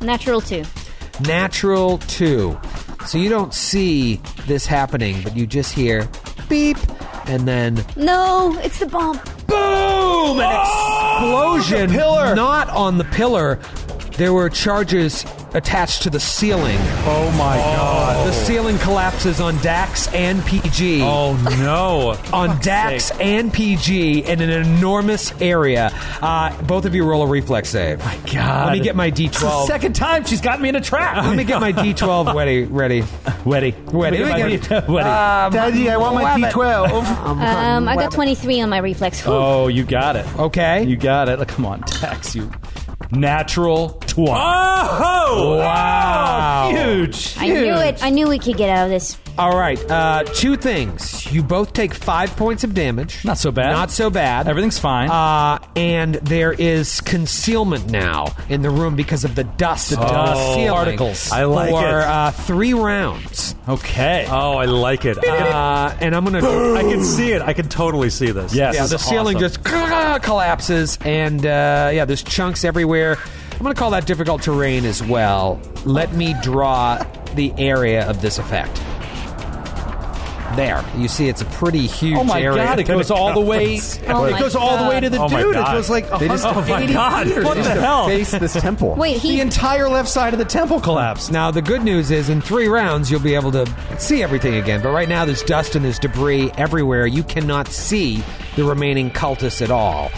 Speaker 5: Natural 2.
Speaker 2: Natural two. So you don't see this happening, but you just hear beep and then
Speaker 5: No, it's the bomb.
Speaker 2: Boom! An explosion. Oh, pillar. Not on the pillar. There were charges attached to the ceiling. Oh my god. The ceiling collapses on Dax and PG.
Speaker 6: Oh no!
Speaker 2: on Dax and PG in an enormous area. Uh, both of you roll a reflex save. My
Speaker 4: God.
Speaker 2: Let me get my
Speaker 4: It's the
Speaker 2: D12.
Speaker 4: second time she's got me in a trap.
Speaker 2: Let me get my D12 ready. ready.
Speaker 4: Weddy.
Speaker 2: Weddy.
Speaker 4: Let me get my- Uh, Weddy.
Speaker 7: Daddy, I want my
Speaker 2: Wabbit.
Speaker 7: D12.
Speaker 5: Um, I got 23 on my reflex. Whew.
Speaker 4: Oh, you got it.
Speaker 2: Okay.
Speaker 4: You got it. Come on, Tax. You natural twenty.
Speaker 6: Oh!
Speaker 2: Wow.
Speaker 4: Huge.
Speaker 5: I knew it. I knew we could get out of this.
Speaker 2: All right. Uh, two things. You both take five points of damage.
Speaker 4: Not so bad.
Speaker 2: Not so bad.
Speaker 4: Everything's fine.
Speaker 2: Uh, and there is concealment now in the room because of the dust. The
Speaker 4: dust.
Speaker 2: ceiling
Speaker 4: Particles. I
Speaker 6: like
Speaker 2: for,
Speaker 6: it.
Speaker 2: Uh, three rounds.
Speaker 4: okay.
Speaker 6: Oh, I like it. I,
Speaker 2: Uh, and I'm going to.
Speaker 6: I can see it. I can totally see this.
Speaker 4: yes.
Speaker 2: Yeah,
Speaker 4: this
Speaker 2: the
Speaker 4: is
Speaker 2: ceiling
Speaker 4: awesome.
Speaker 2: just collapses, and uh, yeah, there's chunks everywhere. I'm going to call that difficult terrain as well. Let me draw the area of this effect. There, you see, it's a pretty huge
Speaker 4: Oh my
Speaker 2: area.
Speaker 4: god! It goes all the way.
Speaker 5: Oh
Speaker 4: it
Speaker 5: my
Speaker 4: goes all the way to the
Speaker 6: Oh my
Speaker 4: dude. It
Speaker 6: God.
Speaker 4: goes like
Speaker 3: They just- oh,
Speaker 4: 180 meters.
Speaker 6: What the hell?
Speaker 3: Face this temple.
Speaker 5: Wait,
Speaker 4: The
Speaker 5: he.
Speaker 4: entire left side of the temple collapsed.
Speaker 2: Now, the good news is in three rounds, you'll be able to see everything again. But right now, there's dust and there's debris everywhere. You cannot see the remaining cultists at all.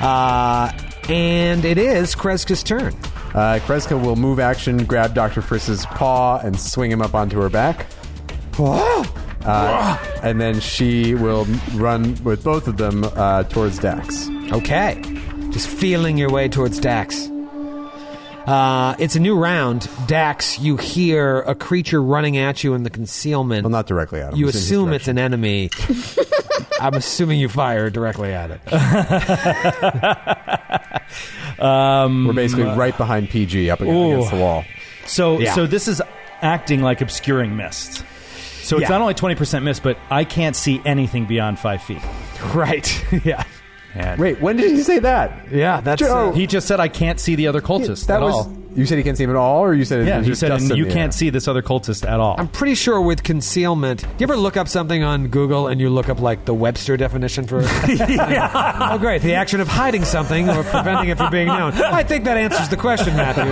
Speaker 2: Uh, and it is Kreska's turn.
Speaker 3: Uh, Kreska will move action, grab Dr. Friss's paw, and swing him up onto her back. Uh, and then she will run with both of them uh, towards Dax.
Speaker 2: Okay. Just feeling your way towards Dax. Uh, it's a new round. Dax, you hear a creature running at you in the concealment.
Speaker 3: Well, not directly at him.
Speaker 2: You
Speaker 3: It's in his
Speaker 2: assume it's
Speaker 3: direction.
Speaker 2: an enemy. I'm assuming you fire directly at it.
Speaker 3: We're basically right behind PG up against,
Speaker 4: Ooh.
Speaker 3: against the wall.
Speaker 4: So
Speaker 2: Yeah.
Speaker 4: so this is acting like obscuring mist. So it's
Speaker 2: Yeah.
Speaker 4: not only twenty percent mist, but I can't see anything beyond five feet.
Speaker 2: right. yeah.
Speaker 3: Wait, when did he say that?
Speaker 2: Yeah, that's
Speaker 3: Joe,
Speaker 4: He just said I can't see the other cultist
Speaker 3: that
Speaker 4: at
Speaker 3: was
Speaker 4: all.
Speaker 3: you said he can't see him at all, or you said it
Speaker 4: Yeah,
Speaker 3: was
Speaker 4: he
Speaker 3: just
Speaker 4: said
Speaker 3: dust
Speaker 4: and
Speaker 3: in
Speaker 4: you
Speaker 3: the
Speaker 4: can't
Speaker 3: air?
Speaker 4: see this other cultist at all.
Speaker 2: I'm pretty sure with concealment. Do you ever look up something on Google and you look up like the Webster definition for it? Oh, great. The action of hiding something or preventing it from being known. I think that answers the question, Matthew.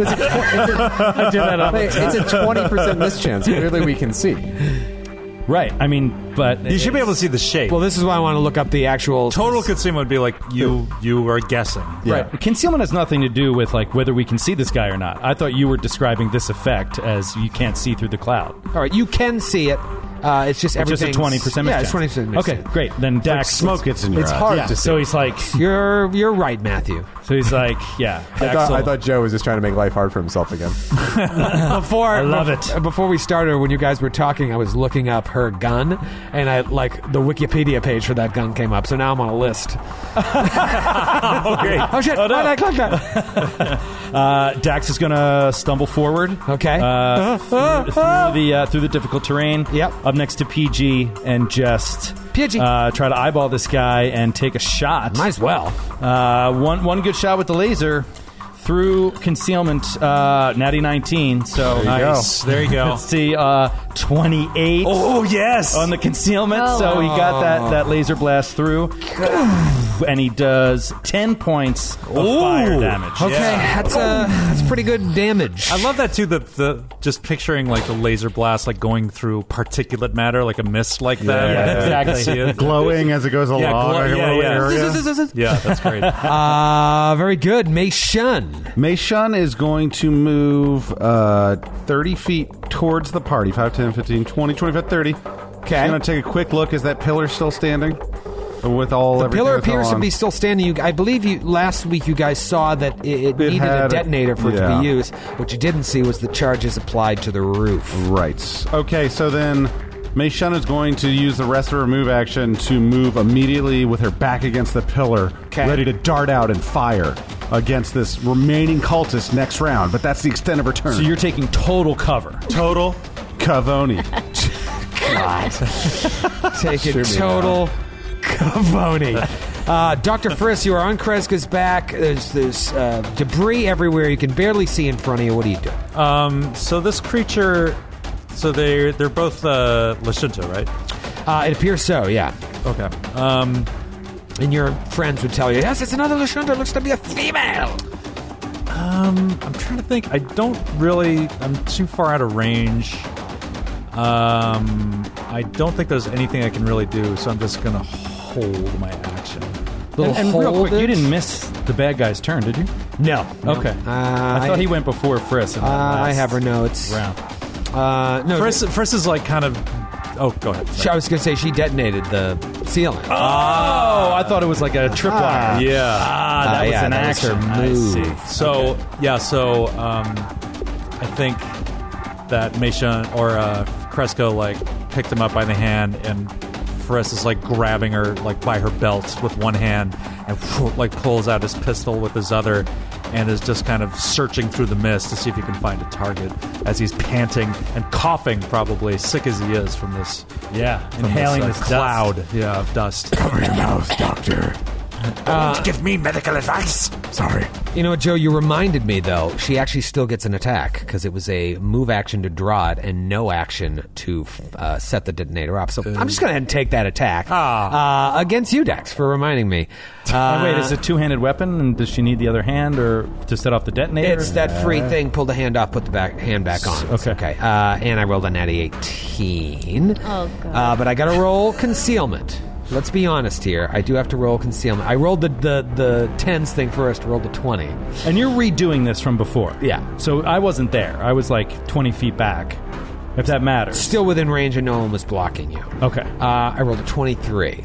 Speaker 3: It's a, it's a,
Speaker 4: I do that all the
Speaker 3: wait,
Speaker 4: time.
Speaker 3: it's a twenty percent mischance. Clearly, we can see.
Speaker 4: right. I mean, but
Speaker 6: You should be able to see the shape.
Speaker 2: Well, this is why I want to look up the actual.
Speaker 6: Total consumer would be like you. You are guessing.
Speaker 3: Yeah.
Speaker 4: Right. Concealment has nothing to do with like whether we can see this guy or not. I thought you were describing this effect as you can't see through the cloud.
Speaker 2: All right, you can see it. Uh, it's just
Speaker 4: Just
Speaker 2: everything.
Speaker 4: a twenty percent.
Speaker 2: Yeah, it's twenty percent.
Speaker 4: Okay, great. Then Dax
Speaker 7: Smoke gets in your
Speaker 3: It's
Speaker 7: eyes.
Speaker 3: hard
Speaker 4: Yeah.
Speaker 3: to see.
Speaker 4: So he's like,
Speaker 2: You're you're right, Matthew.
Speaker 4: so he's like, yeah.
Speaker 3: I thought, I thought Joe was just trying to make life hard for himself again.
Speaker 2: Before I
Speaker 4: love it.
Speaker 2: Before we started, when you guys were talking, I was looking up her gun, and I like the Wikipedia page for that gun came up. So now I'm on a list.
Speaker 4: oh, great.
Speaker 2: Oh shit!
Speaker 4: no.
Speaker 2: Why did I click that?
Speaker 4: Uh, Dax is gonna stumble forward.
Speaker 2: Okay. Uh-huh.
Speaker 4: Uh, through, through the uh, through the difficult terrain.
Speaker 2: Yep.
Speaker 4: Up next to PG and just
Speaker 2: PG.
Speaker 4: Uh, try to eyeball this guy and take a shot.
Speaker 2: Might as well.
Speaker 4: Uh, one one good shot with the laser through concealment. Uh, natty nineteen. So
Speaker 6: Nice. There you go.
Speaker 4: Let's see, uh, 28
Speaker 6: oh yes.
Speaker 4: on the concealment. So he got that, that laser blast through. and he does 10 points of fire damage.
Speaker 2: Okay, that's uh, that's pretty good damage.
Speaker 6: I love that too. The the just picturing like the laser blast like going through particulate matter like a mist like that.
Speaker 4: Yeah,
Speaker 6: Like,
Speaker 4: exactly.
Speaker 6: see it.
Speaker 9: glowing as it goes along.
Speaker 6: glow-
Speaker 9: like a
Speaker 6: yeah,
Speaker 9: little
Speaker 6: yeah.
Speaker 9: area.
Speaker 6: Yeah, that's great.
Speaker 2: Uh, very good, May Shun.
Speaker 7: Meishun is going to move uh, 30 feet towards the party 5, 10, 15, 20, 25, 30.
Speaker 2: Okay.
Speaker 7: She's going to take a quick look. Is that pillar still standing? With all
Speaker 2: The
Speaker 7: everything
Speaker 2: pillar
Speaker 7: that's
Speaker 2: appears to
Speaker 7: on?
Speaker 2: be still standing. You, I believe you last week you guys saw that it, it, needed a
Speaker 7: had a-
Speaker 2: detonator for it to
Speaker 7: yeah.
Speaker 2: be used. What you didn't see was the charges applied to the roof.
Speaker 7: Right. Okay, so then Meishun is going to use the rest of her move action to move immediately with her back against the pillar,
Speaker 2: Okay.
Speaker 7: ready to dart out and fire against this remaining cultist next round. But that's the extent of her turn.
Speaker 4: So you're taking total cover.
Speaker 7: total Cavoni.
Speaker 2: Take it total cavoni. Uh, Dr. Friss, you are on Kreska's back. There's, there's uh, debris everywhere. You can barely see in front of you. What do you do?
Speaker 6: Um, so this creature, so they're they're both uh, Lashinto, right?
Speaker 2: Uh, it appears so, yeah.
Speaker 6: Okay. Um,
Speaker 2: And your friends would tell you, yes, it's another Lashundra. Looks to be a female.
Speaker 6: I'm trying to think. I don't really. I'm too far out of range. Um, I don't think there's anything I can really do. So I'm just gonna hold my action.
Speaker 2: Little
Speaker 4: And, and real
Speaker 2: hold
Speaker 4: quick, you
Speaker 2: it.
Speaker 4: didn't miss the bad guy's turn, did you?
Speaker 2: No.
Speaker 4: Okay. I thought
Speaker 2: I-
Speaker 4: he went before Friss. in that
Speaker 2: Uh, I
Speaker 4: last
Speaker 2: have her notes.
Speaker 4: Round.
Speaker 2: Uh, no,
Speaker 6: First, first is like kind of. Oh, go ahead.
Speaker 2: she- I was going to say she detonated the ceiling.
Speaker 4: Oh, I thought it was like a tripwire.
Speaker 6: uh, Yeah.
Speaker 4: Ah, that
Speaker 2: Ah,
Speaker 4: was
Speaker 2: yeah,
Speaker 4: an
Speaker 2: that was her
Speaker 4: action. I
Speaker 2: move.
Speaker 4: see.
Speaker 6: So yeah. So um, I think that Meisha or uh, Cresco like picked him up by the hand and. Ferris is like grabbing her like by her belt with one hand and like pulls out his pistol with his other and is just kind of searching through the mist to see if he can find a target as he's panting and coughing probably sick as he is from this
Speaker 4: Yeah,
Speaker 6: from
Speaker 4: inhaling
Speaker 6: uh,
Speaker 4: this, dust.
Speaker 6: cloud yeah of dust
Speaker 2: You know what, Joe? You reminded me, though, she actually still gets an attack because it was a move action to draw it and no action to f- uh, set the detonator up. So I'm just going to ahead and take that attack uh, against you, Dex, for reminding me. Uh,
Speaker 4: Ah. Oh, wait, is it a two-handed weapon, and does she need the other hand or to set off the detonator?
Speaker 2: It's that free thing. Pull the hand off, put the back hand back on. It's
Speaker 4: Okay.
Speaker 2: okay. Uh, and I rolled a natty 18.
Speaker 5: Oh, God.
Speaker 2: Uh, but I got to roll concealment. Let's be honest here. I do have to roll concealment. I rolled the, the, the tens thing first, rolled a 20.
Speaker 4: And you're redoing this from before.
Speaker 2: Yeah.
Speaker 4: So I wasn't there. I was like 20 feet back, if that matters.
Speaker 10: Uh,
Speaker 2: Still within range and no one was blocking you.
Speaker 4: Okay.
Speaker 2: Uh, I rolled a 23.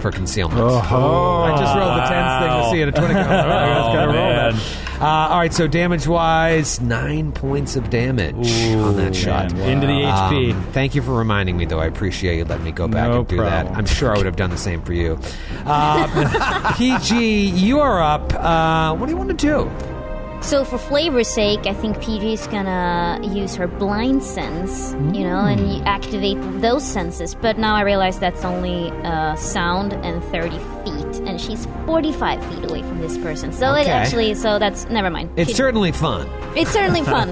Speaker 10: for concealment.
Speaker 4: Oh,
Speaker 2: oh.
Speaker 10: I just rolled the tens thing to see it a twenty.
Speaker 6: Oh, man.
Speaker 10: Uh, all right, so damage wise, nine points of damage on that shot.
Speaker 4: Into the HP.
Speaker 10: Um, thank you for reminding me, though. I appreciate you letting me go back
Speaker 4: No
Speaker 10: and do that.
Speaker 4: problem.
Speaker 10: I'm sure I would have done the same for you. Uh, PG, you are up. Uh, what do you want to do?
Speaker 5: So for flavor's sake, I think PG's gonna use her blind sense, you know, and
Speaker 4: Mm.
Speaker 5: you activate those senses. But now I realize that's only uh, sound and 30 feet, and she's 45 feet away from this person. So it
Speaker 10: Okay.
Speaker 5: actually, so that's never mind.
Speaker 10: It's
Speaker 5: She-
Speaker 10: certainly fun.
Speaker 5: it's certainly fun,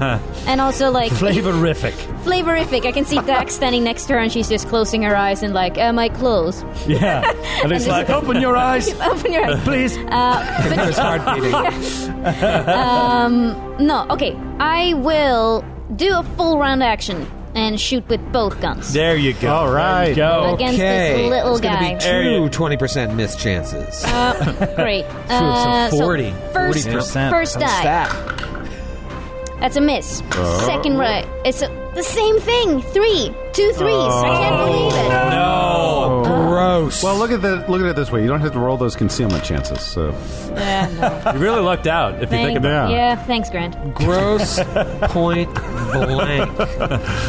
Speaker 5: and also like
Speaker 4: Flavorific.
Speaker 5: flavorific. I can see Dax standing next to her, and she's just closing her eyes and like, "Am I close?
Speaker 4: Yeah. And it's like, open your eyes,
Speaker 5: Open your eyes." Uh,
Speaker 4: please.
Speaker 10: There's heart beating.
Speaker 5: Um, No, okay. I will do a full round action and shoot with both guns
Speaker 6: There you go.
Speaker 9: All right.
Speaker 6: Go.
Speaker 5: against this little
Speaker 10: it's
Speaker 5: guy.
Speaker 10: going to be two 20% miss chances.
Speaker 5: Great. Uh, so
Speaker 4: 40.
Speaker 5: first,
Speaker 4: 40%.
Speaker 5: first die. That's a miss.
Speaker 10: Oh.
Speaker 5: Second right. It's a, the same thing. Three. Two threes. I
Speaker 10: Oh.
Speaker 5: can't believe it.
Speaker 6: No.
Speaker 10: Gross.
Speaker 9: Well, look at the look at it this way. You don't have to roll those concealment chances. So
Speaker 6: You really lucked out if you
Speaker 5: Thank-
Speaker 6: think about
Speaker 9: about it.
Speaker 5: yeah, thanks, Grant. Oh,
Speaker 10: Gross point blank.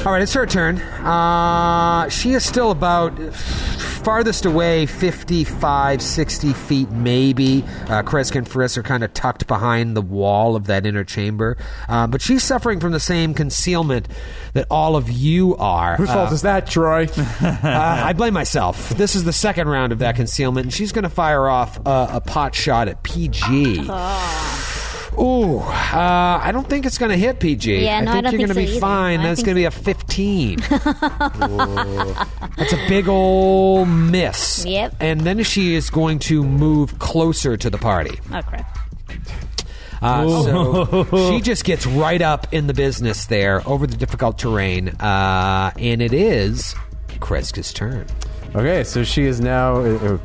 Speaker 10: All right, it's her turn. Uh, she is still about farthest away, 55, 60 feet maybe. Uh, Kresk and Frisk are kind of tucked behind the wall of that inner chamber. Uh, but she's suffering from the same concealment that all of you are.
Speaker 3: Whose fault is that, Troy?
Speaker 10: Uh, I blame myself. This is the second round of that concealment, and she's going to fire off uh, a pot shot at PG. Ooh, uh, I don't think it's going to hit PG.
Speaker 5: Ah. Yeah, no, I
Speaker 10: I think
Speaker 5: don't think
Speaker 10: you're gonna
Speaker 5: so
Speaker 10: be
Speaker 5: either.
Speaker 10: fine.
Speaker 5: I
Speaker 10: That's
Speaker 5: think
Speaker 10: going to be a 15. That's a big old miss.
Speaker 5: Yep.
Speaker 10: And then she is going to move closer to the party.
Speaker 5: Oh, crap.
Speaker 10: Uh, so she just gets right up in the business there over the difficult terrain, uh, and it is Kreska's turn.
Speaker 3: Okay, so she is now. uh, uh,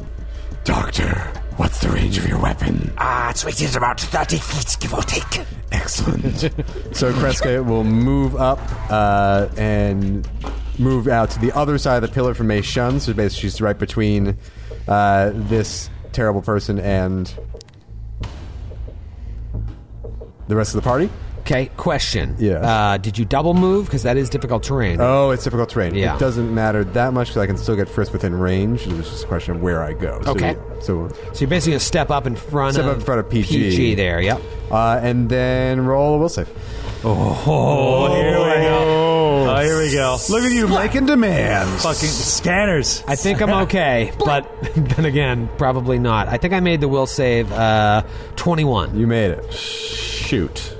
Speaker 3: Doctor, what's the range of your weapon?
Speaker 10: Ah, its weight is about 30 feet, give or take.
Speaker 3: Excellent. so Kreska will move up uh, and move out to the other side of the pillar from May Shun. So basically, she's right between uh, this terrible person and the rest of the party.
Speaker 10: Okay, question.
Speaker 3: Yeah.
Speaker 10: Uh, did you double move? Because that is difficult terrain.
Speaker 3: Oh, it's difficult terrain.
Speaker 10: Yeah.
Speaker 3: It doesn't matter that much because I can still get frisked within range. It was just a question of where I go. So,
Speaker 10: Okay.
Speaker 3: So,
Speaker 10: So you're basically going to step up in front
Speaker 3: Step
Speaker 10: of
Speaker 3: up in front of PG.
Speaker 10: PG there, yep.
Speaker 3: uh, and then roll a will save.
Speaker 6: Oh, here we go. Oh, here we go.
Speaker 9: look at you making demands.
Speaker 6: Fucking scanners.
Speaker 10: I think I'm okay, but then again, probably not. I think I made the will save uh, 21.
Speaker 3: You made it.
Speaker 9: Shoot.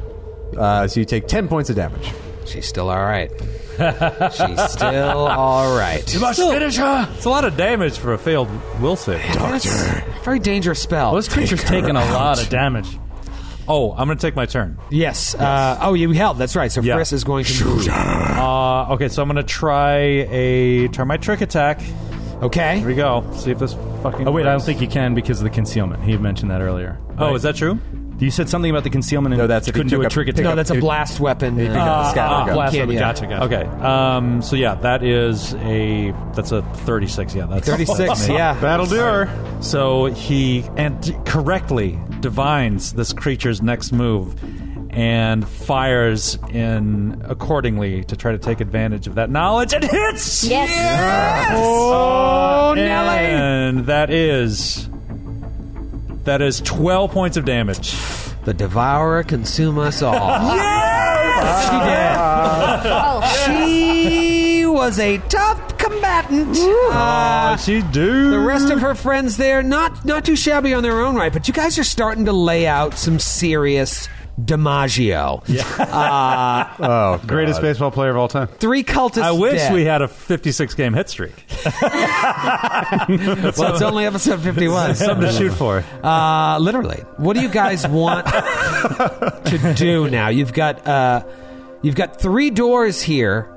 Speaker 3: Uh, so you take 10 points of damage.
Speaker 10: She's still all right. She's still all right.
Speaker 6: finish her. It's a lot of damage for a failed will save.
Speaker 10: That's a very dangerous spell.
Speaker 4: Those creatures taking a lot of damage.
Speaker 6: Oh, I'm going to take my turn.
Speaker 10: yes. Uh, oh, you held. That's right. So
Speaker 6: Yeah.
Speaker 10: Frisk is going to move.
Speaker 6: Uh, okay, so I'm going to try a try my trick attack. Here
Speaker 10: Okay.
Speaker 6: we go. See if this fucking.
Speaker 4: Oh, wait, I don't
Speaker 6: works.
Speaker 4: think you can because of the concealment. He had mentioned that earlier.
Speaker 6: Oh, is that true?
Speaker 4: You said something about the concealment and
Speaker 3: No, that's
Speaker 4: you
Speaker 3: if he
Speaker 4: couldn't do
Speaker 3: took
Speaker 4: a
Speaker 3: up-
Speaker 4: trick
Speaker 3: pick
Speaker 4: attack.
Speaker 10: No, that's a blast weapon.
Speaker 3: picked up the scatter
Speaker 10: uh,
Speaker 3: gun.
Speaker 10: blast
Speaker 4: Blast
Speaker 10: weapon.
Speaker 4: weapon. Gotcha,
Speaker 10: Yeah.
Speaker 4: gotcha.
Speaker 6: Okay. Um. So yeah, that is a that's a 36. Yeah, that's
Speaker 10: 36, yeah.
Speaker 9: That'll do her.
Speaker 6: So he and correctly divines this creature's next move and fires in accordingly to try to take advantage of that knowledge. It hits.
Speaker 5: Yes.
Speaker 6: Oh, Nelly! And that is that is 12 points of damage.
Speaker 10: The devourer consume us all. yes!
Speaker 5: Oh,
Speaker 10: She did. She was a tough combatant. Uh,
Speaker 6: she do.
Speaker 10: the rest of her friends there, not not too shabby on their own right, but you guys are starting to lay out some serious DiMaggio.
Speaker 3: Oh,
Speaker 9: Greatest baseball player of all time.
Speaker 10: Three cultists.
Speaker 6: I wish
Speaker 10: dead.
Speaker 6: we had a 56 game hit streak.
Speaker 10: Well, it's only episode fifty-one.
Speaker 6: Something to shoot for.
Speaker 10: Uh, literally. What do you guys want to do now? You've got uh, you've got three doors here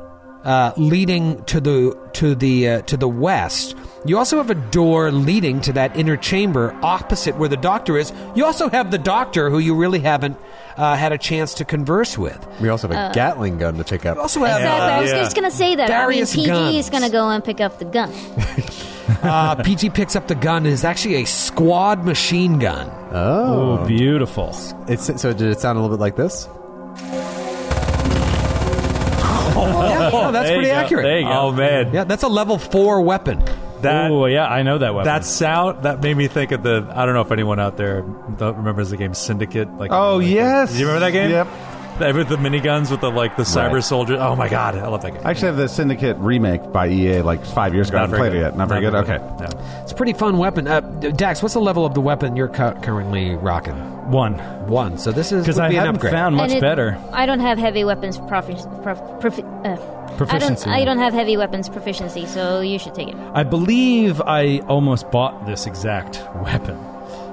Speaker 10: uh, leading to the to the uh, to the west. You also have a door leading to that inner chamber opposite where the doctor is. You also have the doctor who you really haven't uh, had a chance to converse with. You
Speaker 3: We also have a Gatling gun to pick up.
Speaker 10: also have
Speaker 5: exactly. I was just gonna say that.
Speaker 10: Darius
Speaker 5: I mean, PG
Speaker 10: guns.
Speaker 5: is gonna go and pick up the gun.
Speaker 10: Uh, PG picks up the gun. It's actually a squad machine gun.
Speaker 4: Oh,
Speaker 6: Um,
Speaker 4: beautiful.
Speaker 3: It's, so did it sound a little bit like this?
Speaker 10: yeah, no, that's
Speaker 4: Oh, There you
Speaker 10: pretty
Speaker 4: go.
Speaker 10: accurate.
Speaker 4: There you go.
Speaker 6: Oh man,
Speaker 10: Yeah, that's a level four weapon.
Speaker 6: that
Speaker 4: oh, yeah, I know that weapon.
Speaker 6: that sound that made me think of the. I don't know if anyone out there th- remembers the game Syndicate. Like,
Speaker 9: Oh, yes.
Speaker 6: do you remember that game?
Speaker 9: Yep.
Speaker 6: That- With the miniguns, with the like the cyber
Speaker 9: Right.
Speaker 6: soldier. Oh my god, I love that game.
Speaker 9: I actually have the Syndicate remake by EA like five years ago. I haven't played it yet. Not very good. Okay.
Speaker 6: No.
Speaker 10: It's a pretty fun weapon. Uh, Dax, what's the level of the weapon you're cu- currently rocking?
Speaker 4: one.
Speaker 10: One. So this is
Speaker 4: Because
Speaker 10: would
Speaker 4: I
Speaker 10: be an
Speaker 4: haven't
Speaker 10: upgrade.
Speaker 4: found much
Speaker 5: And it-
Speaker 4: better.
Speaker 5: I don't have heavy weapons profi- prof- profi- uh,
Speaker 4: Proficiency.
Speaker 5: I don't, I don't have heavy weapons proficiency, so you should take it.
Speaker 4: I believe I almost bought this exact weapon,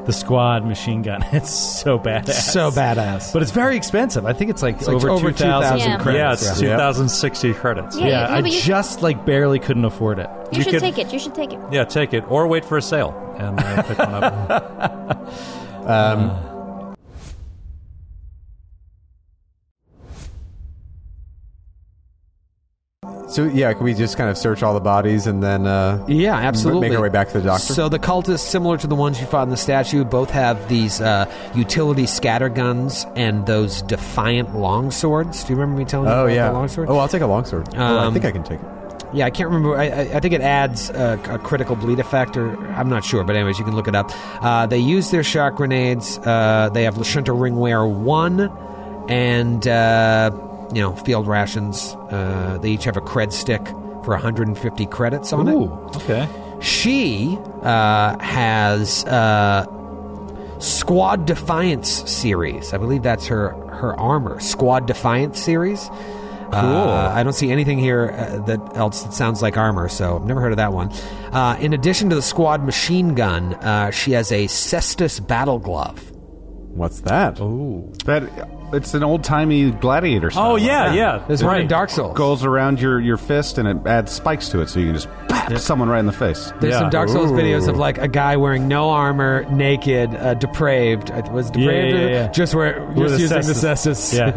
Speaker 4: the squad machine gun. It's so badass.
Speaker 10: so badass.
Speaker 4: But it's very expensive. I think it's like
Speaker 10: like
Speaker 4: over,
Speaker 10: over
Speaker 4: 2,000
Speaker 5: 2,000 Yeah.
Speaker 4: credits.
Speaker 6: Yeah, it's 2060 credits.
Speaker 5: Yeah.
Speaker 4: Yeah,
Speaker 5: no,
Speaker 4: I
Speaker 5: but you-
Speaker 4: just like barely couldn't afford it.
Speaker 5: You,
Speaker 6: You
Speaker 5: should
Speaker 6: could-
Speaker 5: take it. You should take it.
Speaker 6: Yeah, take it or wait for a sale and uh, pick one up.
Speaker 3: So yeah, can we just kind of search all the bodies and then? Uh,
Speaker 10: Yeah, absolutely.
Speaker 3: Make our way back to the doctor.
Speaker 10: So the cultists, similar to the ones you fought in the statue, both have these uh, utility scatter guns and those defiant longswords. Do you remember me telling you
Speaker 3: oh
Speaker 10: about
Speaker 3: yeah.
Speaker 10: the longsword?
Speaker 3: Oh, I'll take a longsword. oh, I
Speaker 10: Um,
Speaker 3: think I can take it.
Speaker 10: Yeah, I can't remember. I, I, I think it adds a, a critical bleed effect, or I'm not sure. But anyways, you can look it up. Uh, they use their shock grenades. Uh, they have Lashunta Ringwear one, and uh, you know field rations. Uh, they each have a cred stick for 150 credits on it.
Speaker 6: okay.
Speaker 10: She uh, has uh, Squad Defiance series. I believe that's her her armor. Squad Defiance series. Cool. I don't see anything here uh, that else that sounds like armor, so I've never heard of that one. Uh, in addition to the squad machine gun, uh, she has a Cestus battle glove.
Speaker 3: What's that?
Speaker 10: oh,
Speaker 9: That it's an old timey gladiator. Style.
Speaker 6: Oh yeah, yeah.
Speaker 10: There's one in Dark Souls.
Speaker 9: Goes around your, your fist and it adds spikes to it, so you can just pop someone right in the face.
Speaker 10: There's
Speaker 6: Yeah.
Speaker 10: some Dark Souls videos of like a guy wearing no armor, naked, uh, depraved. Uh, Was depraved?
Speaker 4: yeah, yeah.
Speaker 10: Just where just
Speaker 4: the
Speaker 10: using the
Speaker 4: Cestus.
Speaker 10: Cestus.
Speaker 4: Yeah.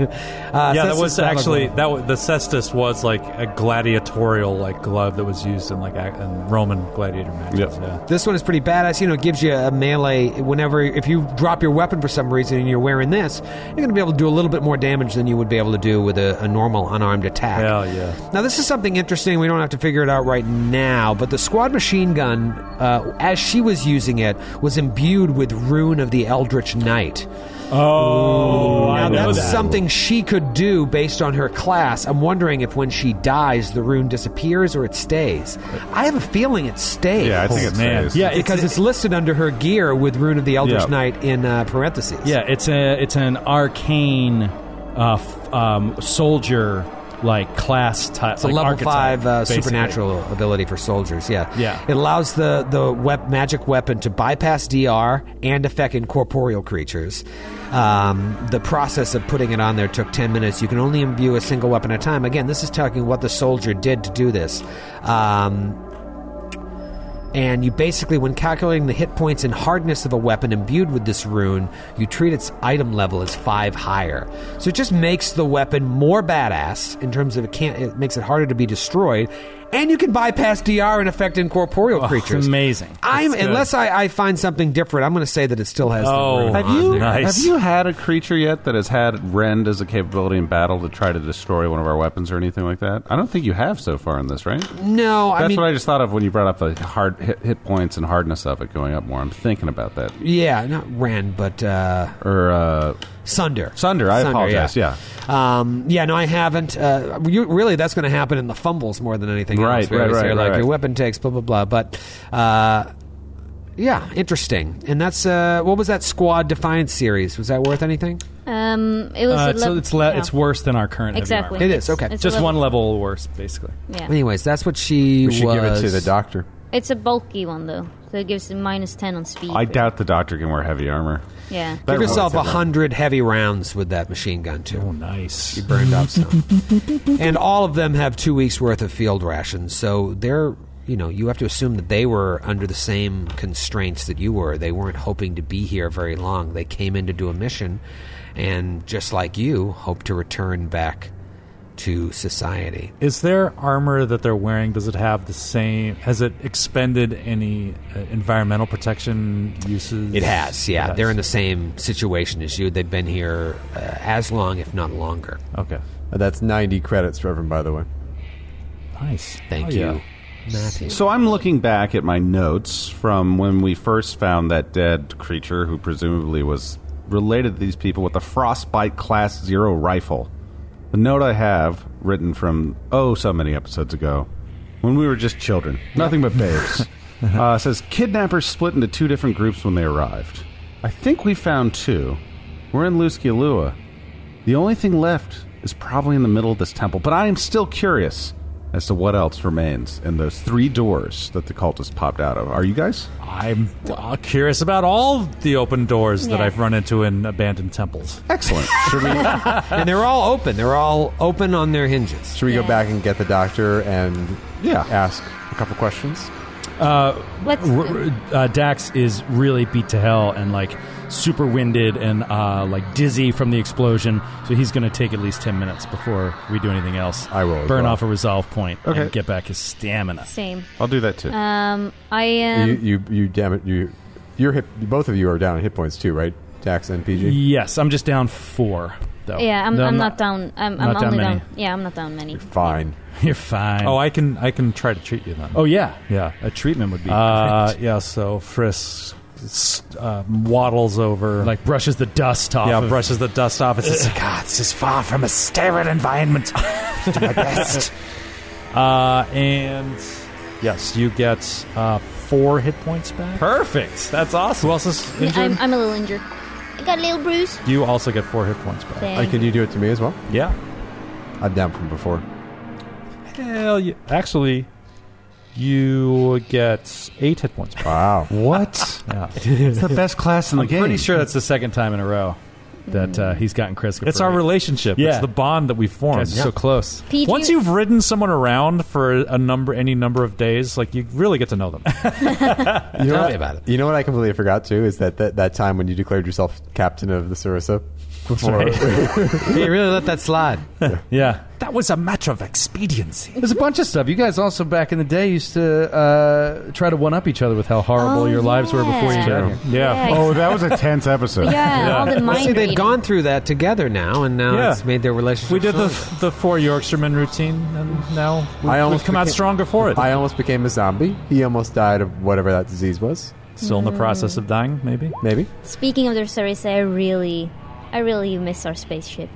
Speaker 10: uh,
Speaker 6: yeah, that
Speaker 10: Cestus
Speaker 6: was
Speaker 10: battle
Speaker 6: actually
Speaker 10: glove.
Speaker 6: that was, the cestus was like a gladiatorial like glove that was used in like ac- in Roman gladiator matches.
Speaker 9: Yep.
Speaker 6: Yeah.
Speaker 10: This one is pretty badass. You know, it gives you a melee whenever if you drop your weapon for some reason and you're wearing this, you're going to be able to do a little bit more damage than you would be able to do with a, a normal unarmed attack.
Speaker 6: Hell yeah.
Speaker 10: Now this is something interesting. We don't have to figure it out right now, but the squad machine gun, uh, as she was using it, was imbued with rune of the Eldritch Knight.
Speaker 4: Oh, I
Speaker 10: Now,
Speaker 4: know
Speaker 10: that's
Speaker 4: that.
Speaker 10: something she could do based on her class. I'm wondering if when she dies, the rune disappears or it stays. I have a feeling it stays.
Speaker 9: Yeah, I think
Speaker 6: Oh,
Speaker 9: it's
Speaker 6: man.
Speaker 9: phased.
Speaker 4: Yeah, it's-
Speaker 10: because it's, listed under her gear with Rune of the Eldritch
Speaker 9: Yeah.
Speaker 10: Knight in uh, parentheses.
Speaker 4: Yeah, it's a it's an arcane uh, f- um, soldier like class type.
Speaker 10: It's a level five uh, supernatural ability for soldiers. Yeah,
Speaker 4: Yeah.
Speaker 10: It allows the the wep- magic weapon to bypass DR and affect incorporeal creatures. Um, the process of putting it on there took ten minutes. You can only imbue a single weapon at a time. Again, this is talking what the soldier did to do this. Um, and you basically, when calculating the hit points and hardness of a weapon imbued with this rune, you treat its item level as five higher. So it just makes the weapon more badass in terms of it can't. It makes it harder to be destroyed, and you can bypass DR and affect incorporeal
Speaker 9: Oh,
Speaker 10: creatures.
Speaker 4: amazing.
Speaker 10: I'm
Speaker 6: That's good.
Speaker 10: unless I, I find something different. I'm going to say that it still has.
Speaker 6: Oh,
Speaker 10: the rune
Speaker 6: have
Speaker 10: on
Speaker 6: you-
Speaker 10: there.
Speaker 6: Nice.
Speaker 9: Have you had a creature yet that has had rend as a capability in battle to try to destroy one of our weapons or anything like that? I don't think you have so far in this, right?
Speaker 10: No, I
Speaker 9: That's
Speaker 10: mean,
Speaker 9: what I just thought of when you brought up the hard hit, hit points and hardness of it going up more. I'm thinking about that.
Speaker 10: yeah, not Rand, but uh,
Speaker 9: Or uh,
Speaker 10: Sunder.
Speaker 9: Sunder, I apologize, yeah.
Speaker 10: Um, yeah, no, I haven't. Uh, you, really, that's going to happen in the fumbles more than anything
Speaker 9: Right,
Speaker 10: else. We
Speaker 9: right,
Speaker 10: always
Speaker 9: right,
Speaker 10: hear,
Speaker 9: right,
Speaker 10: Like
Speaker 9: right.
Speaker 10: your weapon takes blah blah blah. But uh, yeah, interesting. And that's uh, what was that squad defiance series? Was that worth anything?
Speaker 5: Um, it was
Speaker 4: Uh,
Speaker 5: a
Speaker 4: it's,
Speaker 5: level-
Speaker 4: it's, le-
Speaker 5: yeah.
Speaker 4: it's worse than our current heavy
Speaker 5: Exactly.
Speaker 4: armor.
Speaker 10: It
Speaker 5: It's-
Speaker 10: is, okay.
Speaker 5: it's a
Speaker 4: Just one
Speaker 5: level-
Speaker 4: level worse, basically.
Speaker 5: Yeah.
Speaker 10: Anyways, that's what she
Speaker 3: We should give it
Speaker 10: was.
Speaker 3: to the doctor.
Speaker 5: It's a bulky one though, so it gives a minus ten on speed.
Speaker 9: I doubt the doctor can wear heavy armor.
Speaker 5: Yeah.
Speaker 10: Give yourself
Speaker 9: That
Speaker 10: a
Speaker 9: was-
Speaker 10: hundred heavy rounds with that machine gun too.
Speaker 6: Oh, Nice.
Speaker 10: burned up some. and all of them have two weeks worth of field rations, so they're you know you have to assume that they were under the same constraints that you were. They weren't hoping to be here very long. They came in to do a mission, and just like you, hope to return back to society.
Speaker 6: Is their armor that they're wearing? Does it have the same? Has it expended any uh, environmental protection uses?
Speaker 10: It has, yeah.
Speaker 6: It has.
Speaker 10: They're in the same situation as you. They've been here uh, as long, if not longer.
Speaker 6: okay.
Speaker 3: Uh, That's 90 credits, Reverend, by the way.
Speaker 6: Nice.
Speaker 10: Thank
Speaker 6: Oh,
Speaker 10: you.
Speaker 6: yeah.
Speaker 10: Matthew.
Speaker 9: So I'm looking back at my notes from when we first found that dead creature who presumably was related to these people with a frostbite class zero rifle. The note I have written from oh so many episodes ago, when we were just children, nothing but babes, uh, says kidnappers split into two different groups when they arrived. I think we found two. We're in Luskialua. The only thing left is probably in the middle of this temple, but I am still curious as to what else remains in those three doors that the cultists popped out of. Are you guys?
Speaker 6: I'm uh, curious about all the open doors that
Speaker 5: Yeah.
Speaker 6: I've run into in abandoned temples.
Speaker 9: Excellent. Should we?
Speaker 10: and they're all open. They're all open on their hinges.
Speaker 3: Should we go back and get the doctor and
Speaker 9: Yeah.
Speaker 3: ask a couple questions?
Speaker 5: Let's.
Speaker 4: R- r- uh, Dax is really beat to hell and like super winded and uh, like dizzy from the explosion. So he's going to take at least ten minutes before we do anything else.
Speaker 3: I will as
Speaker 4: burn
Speaker 3: well.
Speaker 4: off a resolve point
Speaker 9: Okay.
Speaker 4: and get back his stamina.
Speaker 5: Same.
Speaker 9: I'll do that too.
Speaker 5: Um, I am.
Speaker 3: you, you, you, damn it, you, you're hit, both of you are down in hit points too, right? Dax and PG.
Speaker 4: Yes, I'm just down four. Though.
Speaker 5: yeah, I'm,
Speaker 4: No,
Speaker 5: I'm not, down. I'm, I'm
Speaker 4: not down
Speaker 5: only
Speaker 4: many.
Speaker 5: down. Yeah, I'm not down many.
Speaker 3: Fine.
Speaker 4: You're fine.
Speaker 6: Oh, I can I can try to treat you then.
Speaker 4: oh yeah,
Speaker 6: yeah.
Speaker 4: A treatment would be
Speaker 6: Uh, yeah. So Frisk s- uh, waddles over,
Speaker 4: like brushes the dust off.
Speaker 6: yeah,
Speaker 4: of-
Speaker 6: brushes the dust off. It's just, God, this is far from a sterile environment. Do my best. Uh, and yes, you get uh, four hit points back.
Speaker 4: Perfect. That's awesome.
Speaker 6: Who else is
Speaker 5: Yeah,
Speaker 6: injured?
Speaker 5: I'm, uh, I'm a little injured. I got a little bruise.
Speaker 6: you also get four hit points back.
Speaker 5: Dang.
Speaker 3: Uh, can you do it to me as well?
Speaker 6: Yeah.
Speaker 3: I'm down from before.
Speaker 6: Hell, you, actually, you get eight hit points back.
Speaker 3: Wow.
Speaker 6: What? yeah.
Speaker 9: it's the best class in the game.
Speaker 4: Pretty sure that's the second time in a row that uh, he's gotten Chris.
Speaker 6: It's our relationship.
Speaker 4: Yeah.
Speaker 6: It's the bond that we formed.
Speaker 4: Guys are so close.
Speaker 5: PG,
Speaker 6: Once you've ridden someone around for a number, any number of days, like you really get to know them.
Speaker 3: You know
Speaker 10: Tell
Speaker 3: what-
Speaker 10: me about it.
Speaker 3: You know what I completely forgot too is that that, that time when you declared yourself captain of the Sarissa before
Speaker 10: you really let that slide.
Speaker 4: Yeah.
Speaker 6: that was a matter of expediency.
Speaker 4: There's a bunch of stuff. You guys also back in the day used to uh, try to one up each other with how horrible
Speaker 5: Oh,
Speaker 4: your lives were before you
Speaker 5: yeah.
Speaker 4: got here.
Speaker 6: Yeah.
Speaker 5: Yeah,
Speaker 11: Oh, that was a tense episode.
Speaker 5: yeah, all the mind
Speaker 10: See, they've
Speaker 5: reading.
Speaker 10: gone through that together now, and now
Speaker 6: Yeah.
Speaker 10: it's made their relationship.
Speaker 6: We did the
Speaker 10: stronger.
Speaker 6: the four Yorkshiremen routine, and now we've,
Speaker 3: I almost
Speaker 6: we've come out
Speaker 3: became-
Speaker 6: stronger for it.
Speaker 3: I almost became a zombie. He almost died of whatever that disease was.
Speaker 6: Still in the process of dying, maybe.
Speaker 3: Maybe.
Speaker 5: Speaking of the Sarissa, I really, I really miss our spaceship.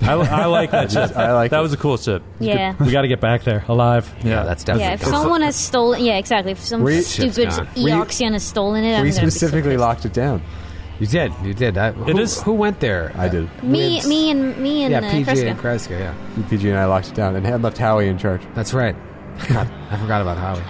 Speaker 6: I, I like that ship.
Speaker 3: I like
Speaker 6: that
Speaker 3: it.
Speaker 6: was a cool ship.
Speaker 5: Yeah.
Speaker 4: We got to get back there alive.
Speaker 10: yeah, that's definitely.
Speaker 5: Yeah, if
Speaker 10: gone.
Speaker 5: someone has stolen, yeah, exactly. If some
Speaker 3: We-
Speaker 5: stupid
Speaker 10: Shit's gone.
Speaker 5: Eoxian has stolen it, I'm
Speaker 3: we
Speaker 5: gonna be so
Speaker 3: specifically
Speaker 5: pissed.
Speaker 3: locked it down.
Speaker 10: you did, you did. I, who,
Speaker 6: is-
Speaker 10: who went there?
Speaker 3: I did.
Speaker 5: me,
Speaker 10: With-
Speaker 5: me, and me and
Speaker 10: Yeah,
Speaker 5: uh,
Speaker 10: PJ
Speaker 5: Kreska.
Speaker 10: and Kreska. Yeah,
Speaker 3: PG and I locked it down and had left Howie in charge.
Speaker 10: that's right. God, I forgot about Howie.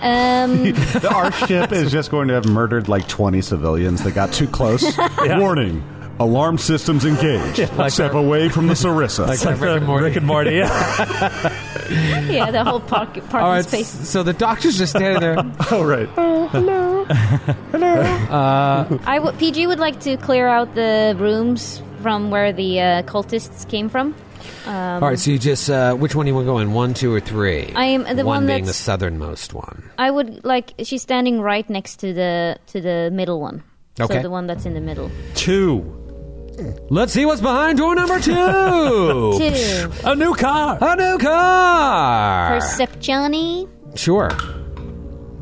Speaker 5: Um,
Speaker 9: our ship is just going to have murdered like 20 civilians that got too close. Warning. Alarm systems engaged. Step away from the Sarissa.
Speaker 10: Like Rick and Morty.
Speaker 6: Rick and Morty. Yeah.
Speaker 5: yeah, the whole park, parking
Speaker 10: All right,
Speaker 5: space.
Speaker 10: s- so the doctor's just standing there.
Speaker 5: Um,
Speaker 9: oh, right.
Speaker 5: I w- PG would like to clear out the rooms from where the uh, cultists came from.
Speaker 10: All right, so you just uh, which one do you want to go in? One, two, or three?
Speaker 5: I am- the
Speaker 10: one
Speaker 5: one
Speaker 10: being the
Speaker 5: that's-
Speaker 10: southernmost one.
Speaker 5: I would like she's standing right next to the to the middle one.
Speaker 10: Okay.
Speaker 5: So the one that's in the middle.
Speaker 6: Two.
Speaker 10: Let's see what's behind door number two.
Speaker 5: Two.
Speaker 6: A new car.
Speaker 10: A new car.
Speaker 5: Perceptiony.
Speaker 10: sure.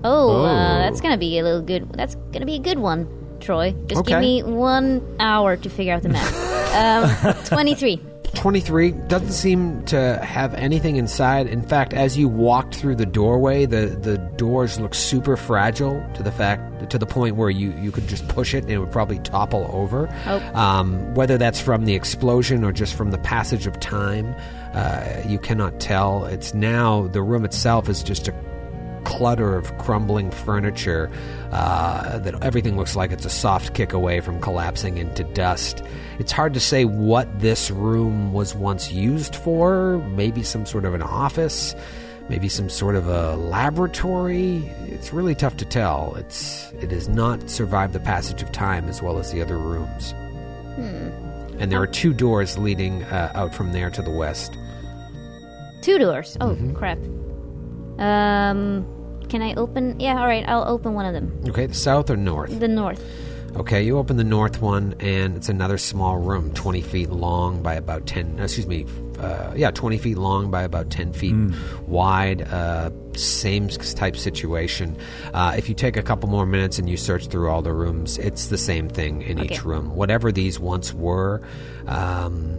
Speaker 5: Oh, Uh, that's gonna be a little good. That's gonna be a good one, Troy. Just
Speaker 10: Okay.
Speaker 5: give me one hour to figure out the map. um, Twenty-three.
Speaker 10: 23 doesn't seem to have anything inside. In fact, as you walked through the doorway, the, the doors look super fragile to the fact to the point where you, you could just push it and it would probably topple over.
Speaker 5: Oh.
Speaker 10: Um, whether that's from the explosion or just from the passage of time, uh, you cannot tell. It's now the room itself is just a clutter of crumbling furniture uh, that everything looks like it's a soft kick away from collapsing into dust. It's hard to say what this room was once used for. Maybe some sort of an office, maybe some sort of a laboratory. It's really tough to tell. It's it has not survived the passage of time as well as the other rooms. And there are two doors leading uh, out from there to the west.
Speaker 5: Two doors. Oh crap. Um, can I open? Yeah, all right. I'll open one of them.
Speaker 10: Okay, the south or north?
Speaker 5: The north.
Speaker 10: Okay, you open the north one, and it's another small room, 20 feet long by about 10, no, excuse me, uh, yeah, 20 feet long by about 10 feet wide. Uh, same s- type situation. Uh, if you take a couple more minutes and you search through all the rooms, it's the same thing in each
Speaker 5: Okay.
Speaker 10: room. Whatever these once were, um,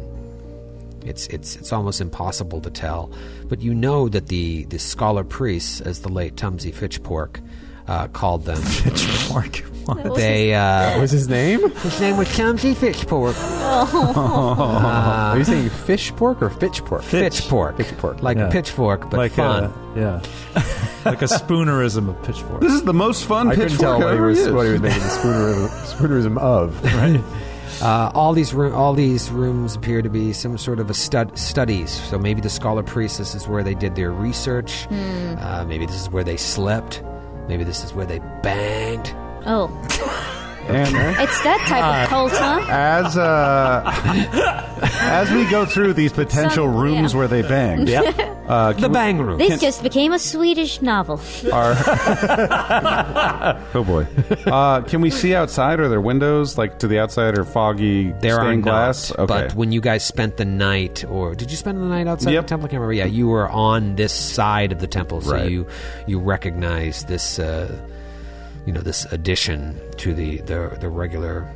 Speaker 10: it's it's it's almost impossible to tell, but you know that the the scholar priests, as the late Tumsy Fitchpork uh, called them, they uh,
Speaker 3: What's his name?
Speaker 10: his name was Chumsy Fitchpork.
Speaker 3: Oh.
Speaker 10: Uh,
Speaker 3: Are you saying fish pork or fitch pork?
Speaker 10: Fitchpork.
Speaker 3: Fitchpork.
Speaker 10: Like
Speaker 2: Yeah.
Speaker 10: pitchfork, but
Speaker 2: like
Speaker 10: fun.
Speaker 3: uh,
Speaker 2: a yeah, like a spoonerism of pitchfork.
Speaker 9: This is the most fun
Speaker 3: I couldn't tell
Speaker 9: pitchfork
Speaker 3: what
Speaker 9: I've
Speaker 3: he
Speaker 9: ever
Speaker 3: was,
Speaker 9: used.
Speaker 3: what he was making the spoonerism, spoonerism of.
Speaker 10: Uh, all these roo- all these rooms appear to be some sort of a stud- studies. So maybe the scholar priests this is where they did their research.
Speaker 3: Hmm.
Speaker 10: Uh, maybe this is where they slept. Maybe this is where they banged.
Speaker 5: Oh,
Speaker 9: And
Speaker 5: it's that type of cult, huh?
Speaker 9: as uh, as we go through these potential
Speaker 5: Some-
Speaker 9: rooms
Speaker 5: yeah.
Speaker 9: where they banged,
Speaker 3: Uh,
Speaker 10: The bang room.
Speaker 5: This just became a Swedish novel.
Speaker 9: oh boy, uh, can we see outside? Are there windows like to the outside or foggy
Speaker 10: there are
Speaker 9: stained
Speaker 10: not,
Speaker 9: glass?
Speaker 10: but when you guys spent the night, or did you spend the night outside
Speaker 9: Yep.
Speaker 10: the temple? I can't remember. Yeah, you were on this side of the temple, so
Speaker 9: Right.
Speaker 10: you you recognize this, uh, you know, this addition to the the, the regular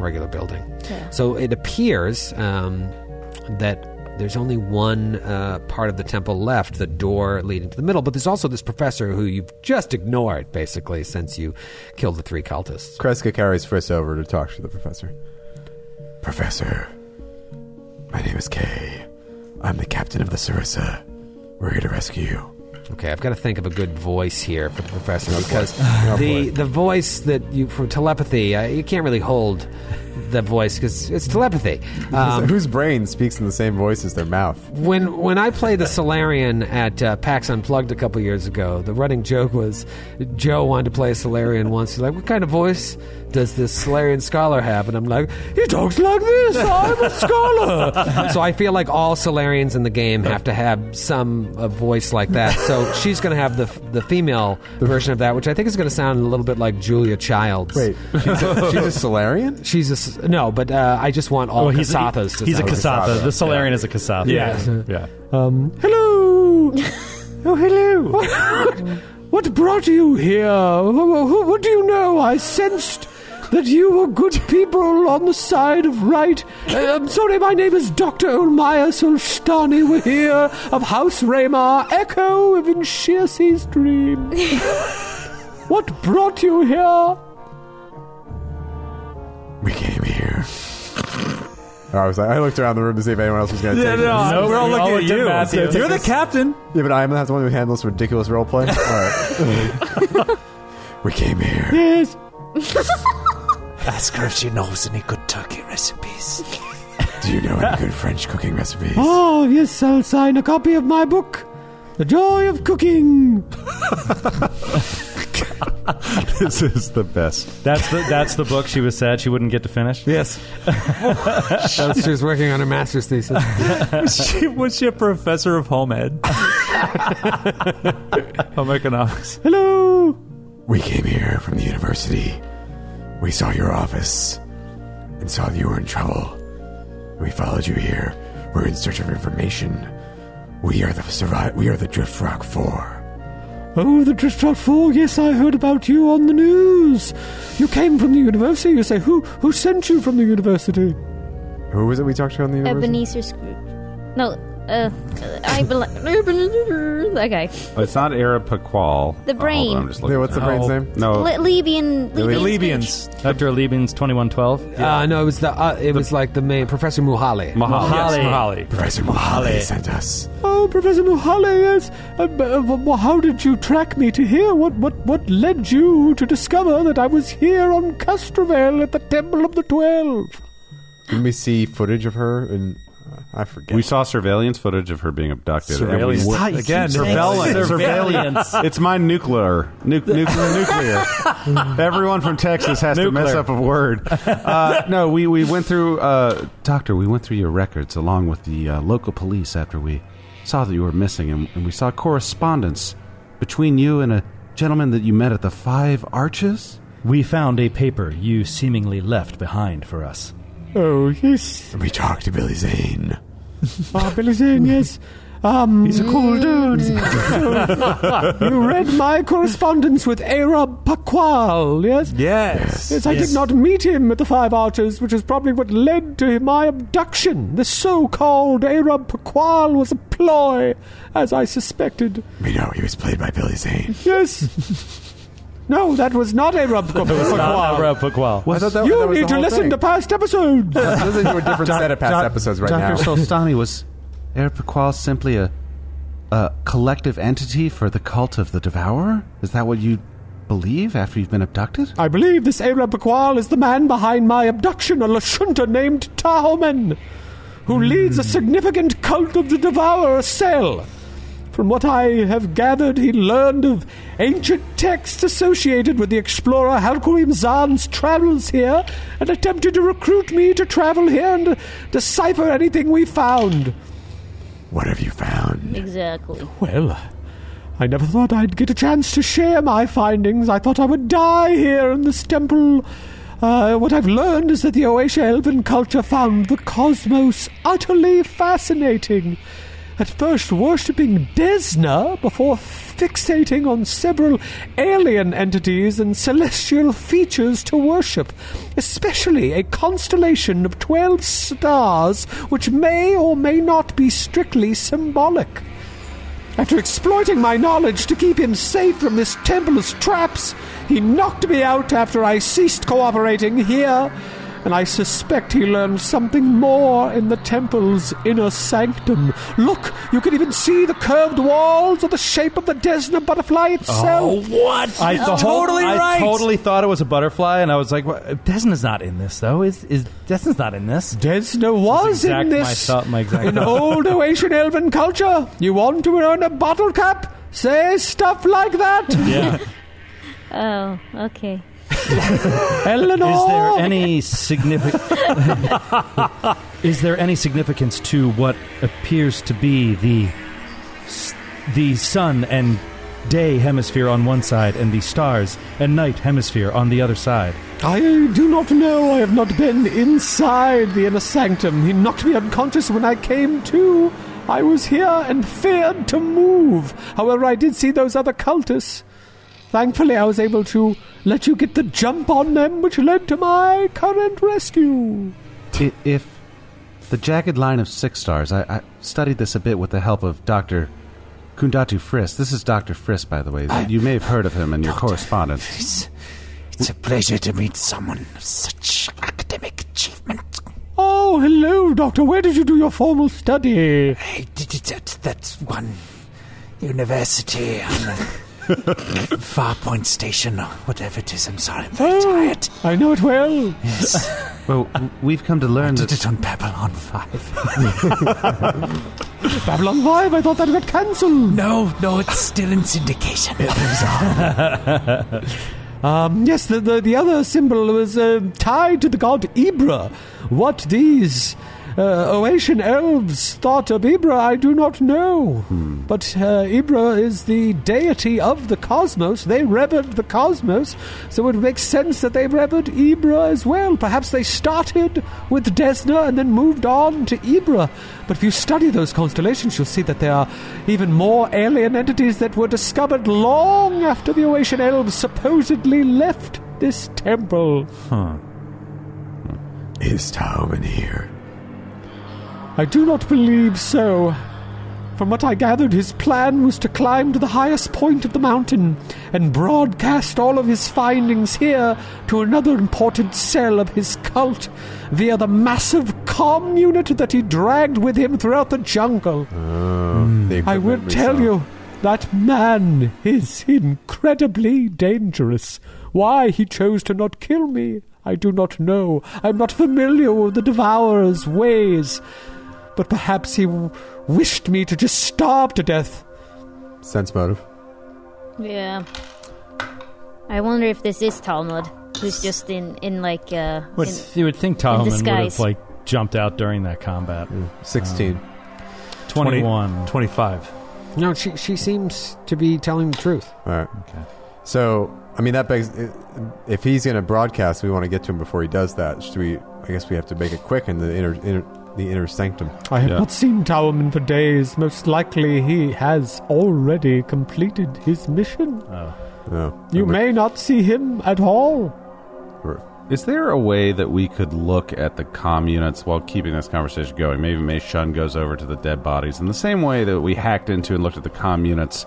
Speaker 10: regular building. So it appears um, that there's only one uh, part of the temple left, the door leading to the middle. But there's also this professor who you've just ignored, basically, since you killed the three cultists.
Speaker 3: Kreska carries Frisk over to talk to the professor. Professor, my name is Kay. I'm the captain of the Sarissa. We're here to rescue you.
Speaker 10: Okay, I've got to think of a good voice here for the professor because
Speaker 3: Oh,
Speaker 10: the
Speaker 3: boy.
Speaker 10: the voice that you for telepathy uh, you can't really hold the voice because it's telepathy. Um,
Speaker 3: Whose brain speaks in the same voice as their mouth?
Speaker 10: when when I played the Solarian at uh, PAX Unplugged a couple years ago, the running joke was Joe wanted to play a Solarian once. He's like, "What kind of voice does this Solarian scholar have?" And I'm like, "He talks like this. I'm a scholar." so I feel like all Solarians in the game have to have some uh, voice like that. So she's going to have the the female version of that, which I think is going to sound a little bit like Julia Childs.
Speaker 3: Wait, she's a, she's a Solarian?
Speaker 10: She's a s- no, but uh, I just want all
Speaker 6: Oh, he's,
Speaker 10: Kasathas. to
Speaker 6: he's a
Speaker 10: sound-
Speaker 6: Kasatha. The Solarian is a Kasatha. Yeah. yeah.
Speaker 10: Hello. oh, hello. What, what brought you here? Who- who- What do you know? I sensed that you were good people on the side of right. Uh, I'm sorry, my name is Dr. Olmaya Solstani. We're here of House Raymar, Echo of Insheersea's dream. what brought you here?
Speaker 3: We came here. Oh, I was like, I looked around the room to see if anyone else was going to take it.
Speaker 6: Nope,
Speaker 2: we're all
Speaker 6: we
Speaker 2: looking
Speaker 6: all
Speaker 2: at
Speaker 6: looked at
Speaker 2: you.
Speaker 6: Matthew.
Speaker 2: You're the captain.
Speaker 3: Yeah, but I'm the one who handles ridiculous roleplay. All right. we came here.
Speaker 10: Yes.
Speaker 2: Ask her if she knows any good turkey recipes.
Speaker 3: Do you know any good French cooking recipes?
Speaker 10: Oh, yes, I'll sign a copy of my book, The Joy of Cooking.
Speaker 9: this is the best.
Speaker 6: That's the that's the book she was sad she wouldn't get to finish.
Speaker 10: Yes. she was working on her master's thesis.
Speaker 2: she, was she a professor of home ed? home economics.
Speaker 10: Hello.
Speaker 3: We came here from the university. We saw your office and saw that you were in trouble. We followed you here. We're in search of information. We are the survive. We are the Drift Rock Four.
Speaker 10: Oh, the Driftwood Four. Yes, I heard about you on the news. You came from the university. You say who? Who sent you from the university?
Speaker 3: Who was it we talked to on the
Speaker 5: Ebenezer Scrooge. No, uh, I believe Ebenezer. That guy.
Speaker 9: Oh, It's not Arapaqual.
Speaker 5: The
Speaker 9: Uh, hold on,
Speaker 5: brain.
Speaker 9: I'm just looking
Speaker 3: Yeah, what's the
Speaker 9: it up.
Speaker 3: brain's name?
Speaker 9: No,
Speaker 5: Le- Libyan.
Speaker 2: The
Speaker 5: Libyan. Scrooge.
Speaker 2: Libyans.
Speaker 6: Dr. Liebman's 2112.
Speaker 10: Uh, no, it was the. Uh, it was like the main Professor Muhali.
Speaker 9: Mahal.
Speaker 2: Oh, Yes, Mahali.
Speaker 3: Professor Mahali sent us.
Speaker 10: oh, Professor Muhali. Yes. Um, uh, well, how did you track me to here? What? What? What led you to discover that I was here on Castrovel at the Temple of the Twelve?
Speaker 3: Didn't we see footage of her? And uh, I forget.
Speaker 9: We saw surveillance footage of her being abducted. and we
Speaker 6: Surveillance.
Speaker 9: were-
Speaker 6: Ah, you
Speaker 9: Again,
Speaker 6: keep saying
Speaker 9: surveillance.
Speaker 6: surveillance.
Speaker 9: surveillance. It's my nuclear. Nu- nu- nuclear. Everyone from Texas has to mess
Speaker 6: Nuclear.
Speaker 9: up a word. Uh, no, we, we went through, uh, Doctor, we went through your records along with the uh, local police after we saw that you were missing, and, and we saw correspondence between you and a gentleman that you met at the Five Arches?
Speaker 4: We found a paper you seemingly left behind for us.
Speaker 2: Oh, yes.
Speaker 3: we talked to Billy Zane.
Speaker 2: Ah, Billy Zane, yes. Um, He's a cool dude. you read my correspondence with Arab Paqual, yes?
Speaker 6: Yes.
Speaker 2: Yes, I did not meet him at the Five Arches, which is probably what led to my abduction. The so-called Arab Paqual was a ploy, as I suspected.
Speaker 3: We know he was played by Billy Zane.
Speaker 2: Yes. no, that was not Arab Paqual.
Speaker 3: I thought that,
Speaker 2: You
Speaker 3: that was
Speaker 2: need
Speaker 3: the
Speaker 2: to
Speaker 3: whole
Speaker 2: listen
Speaker 3: thing.
Speaker 2: to past episodes.
Speaker 3: Let's listen to a different set of past
Speaker 9: Doc-
Speaker 3: episodes right
Speaker 9: Dr.
Speaker 3: now.
Speaker 9: Solstani was Arapaqual simply a a collective entity for the cult of the devourer? Is that what you believe after you've been abducted?
Speaker 2: I believe this Arab Bakwal is the man behind my abduction, a Lashunta named Tahoman, who leads a significant cult of the Devourer cell. From what I have gathered, he learned of ancient texts associated with the explorer Halkurim Zan's travels here and attempted to recruit me to travel here and decipher anything we found.
Speaker 3: What have you found?
Speaker 5: Exactly.
Speaker 2: Well, I never thought I'd get a chance to share my findings. I thought I would die here in this temple. Uh, what I've learned is that the Oasia Elven culture found the cosmos utterly fascinating. At first, worshipping Desna before fixating on several alien entities and celestial features to worship, especially a constellation of twelve stars which may or may not be strictly symbolic. After exploiting my knowledge to keep him safe from this temple's traps, he knocked me out after I ceased cooperating here, and I suspect he learned something more in the temple's inner sanctum. Look, you can even see the curved walls or the shape of the Desna butterfly itself.
Speaker 4: what? I
Speaker 2: That's
Speaker 4: thought-
Speaker 2: totally
Speaker 4: I
Speaker 2: right.
Speaker 4: totally thought it was a butterfly, and I was like, well, "Desna's not in this, though. Is is Desna's not in this?"
Speaker 2: Desna was
Speaker 4: exact
Speaker 2: in
Speaker 4: my
Speaker 2: this
Speaker 4: thought- my exact
Speaker 2: in
Speaker 4: thought.
Speaker 2: old Oasian elven culture. You want to earn a bottle cap? Say stuff like that,
Speaker 4: Yeah.
Speaker 5: Oh, okay.
Speaker 2: Eleanor.
Speaker 4: Is there any significant? is there any significance to what appears to be the s- the sun and day hemisphere on one side, and the stars and night hemisphere on the other side?
Speaker 2: I do not know. I have not been inside the inner sanctum. He knocked me unconscious when I came to. I was here and feared to move. However, I did see those other cultists. Thankfully, I was able to let you get the jump on them, which led to my current rescue.
Speaker 9: I- If the jagged line of six stars, I, I studied this a bit with the help of Dr. Kundatu Friss. This is Dr. Friss, by the way. You may have heard of him in your correspondence.
Speaker 1: It's a pleasure to meet someone of such academic achievement.
Speaker 2: Oh, hello, Doctor. Where did you do your formal study?
Speaker 1: I did it at that one university on the Far Point Station or whatever it is. I'm sorry, I'm very tired.
Speaker 2: I know it well.
Speaker 1: Yes,
Speaker 9: Well, w- we've come to learn
Speaker 1: did
Speaker 9: that.
Speaker 1: it on Babylon 5.
Speaker 2: Babylon 5, I thought that got cancelled.
Speaker 1: No, no, it's still in syndication.
Speaker 2: Um, yes, the, the, the other symbol was uh, tied to the god Ibra. What these uh, Oasian elves thought of Ibra, I do not know. But uh, Ibra is the deity of the cosmos. They revered the cosmos, so it makes sense that they revered Ibra as well. Perhaps they started with Desna and then moved on to Ibra. But if you study those constellations, you'll see that there are even more alien entities that were discovered long after the Oasian elves supposedly left this temple.
Speaker 3: Is Taoman here?
Speaker 2: I do not believe so. From what I gathered, his plan was to climb to the highest point of the mountain and broadcast all of his findings here to another important cell of his cult via the massive comm unit that he dragged with him throughout the jungle.
Speaker 3: The
Speaker 2: I will
Speaker 3: equipment we
Speaker 2: tell
Speaker 3: saw.
Speaker 2: you, that man is incredibly dangerous. Why he chose to not kill me, I do not know. I'm not familiar with the Devourer's ways. but perhaps he w- wished me to just starve to death.
Speaker 3: Sense motive.
Speaker 5: Yeah. I wonder if this is Talmud, who's just in in like uh.
Speaker 6: Would,
Speaker 5: in-
Speaker 6: you would think
Speaker 5: in
Speaker 6: Talman would have
Speaker 5: disguise.
Speaker 6: like jumped out during that combat.
Speaker 2: Mm.
Speaker 3: Sixteen.
Speaker 6: 21.
Speaker 12: 25.
Speaker 10: No, she she seems to be telling the truth.
Speaker 3: All right. Okay. So, I mean, that begs if he's going to broadcast, we want to get to him before he does that. Should we? I guess we have to make it quick in the inner, inner the inner sanctum.
Speaker 2: I have not seen Towerman for days. Most likely he has already completed his mission.
Speaker 3: No.
Speaker 2: You may not see him at all.
Speaker 9: Is there a way that we could look at the comm units while keeping this conversation going? Maybe Mei Shun goes over to the dead bodies in the same way that we hacked into and looked at the comm units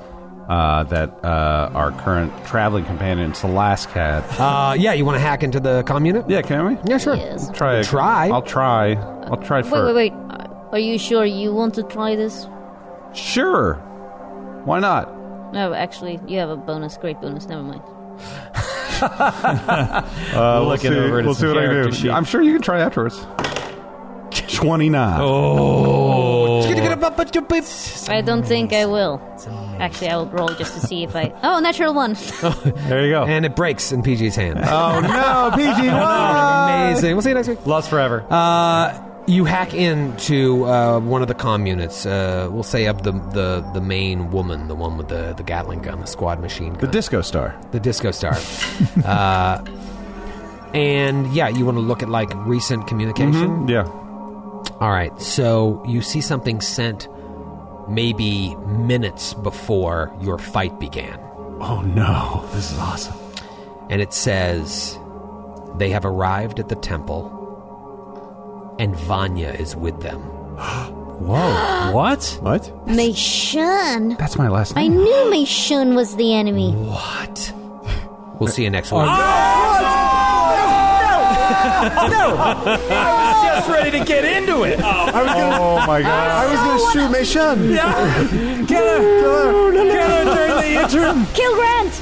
Speaker 9: uh, that uh, our current traveling companion Salask had.
Speaker 10: Uh, yeah, you want to hack into the comm unit?
Speaker 9: Yeah, can we?
Speaker 10: Yeah, sure.
Speaker 9: Try. a-
Speaker 10: Try.
Speaker 9: I'll try. I'll try
Speaker 5: wait,
Speaker 9: first.
Speaker 5: wait, wait. Uh, Are you sure you want to try this?
Speaker 9: Sure. Why not?
Speaker 5: No, actually, you have a bonus, great bonus. Never mind.
Speaker 9: Uh,
Speaker 6: We'll look it over to
Speaker 9: we'll
Speaker 6: some
Speaker 9: see what I
Speaker 6: character
Speaker 9: do.
Speaker 6: sheet.
Speaker 9: I'm sure you can try afterwards. 29.
Speaker 5: Oh. I don't think I will. Actually, I will roll just to see if I. Oh, natural one.
Speaker 10: there
Speaker 6: you go.
Speaker 10: And it breaks in PG's hand.
Speaker 9: Oh no, PG!
Speaker 10: Amazing. We'll see you next week.
Speaker 6: Lost forever.
Speaker 10: Uh, you hack into uh, one of the comm units. Uh, we'll say of the, the the main woman, the one with the the Gatling gun, the squad machine gun,
Speaker 9: The disco star.
Speaker 10: the disco star. uh, and yeah, you want to look at like recent communication.
Speaker 9: Mhm, Yeah.
Speaker 10: All right, so you see something sent maybe minutes before your fight began.
Speaker 9: Oh no, this is awesome.
Speaker 10: And it says, They have arrived at the temple, and Vanya is with them.
Speaker 9: Whoa.
Speaker 12: what?
Speaker 3: What?
Speaker 5: Mei Shun.
Speaker 9: That's my last
Speaker 5: I knew Mei Shun was the enemy.
Speaker 10: What? We'll see you
Speaker 9: Oh,
Speaker 10: next week.
Speaker 6: I was just ready to get into it.
Speaker 3: I was gonna,
Speaker 9: oh my god.
Speaker 3: I was going to shoot Mei Shun.
Speaker 6: Get her! Get her during the interim!
Speaker 5: Kill Grant.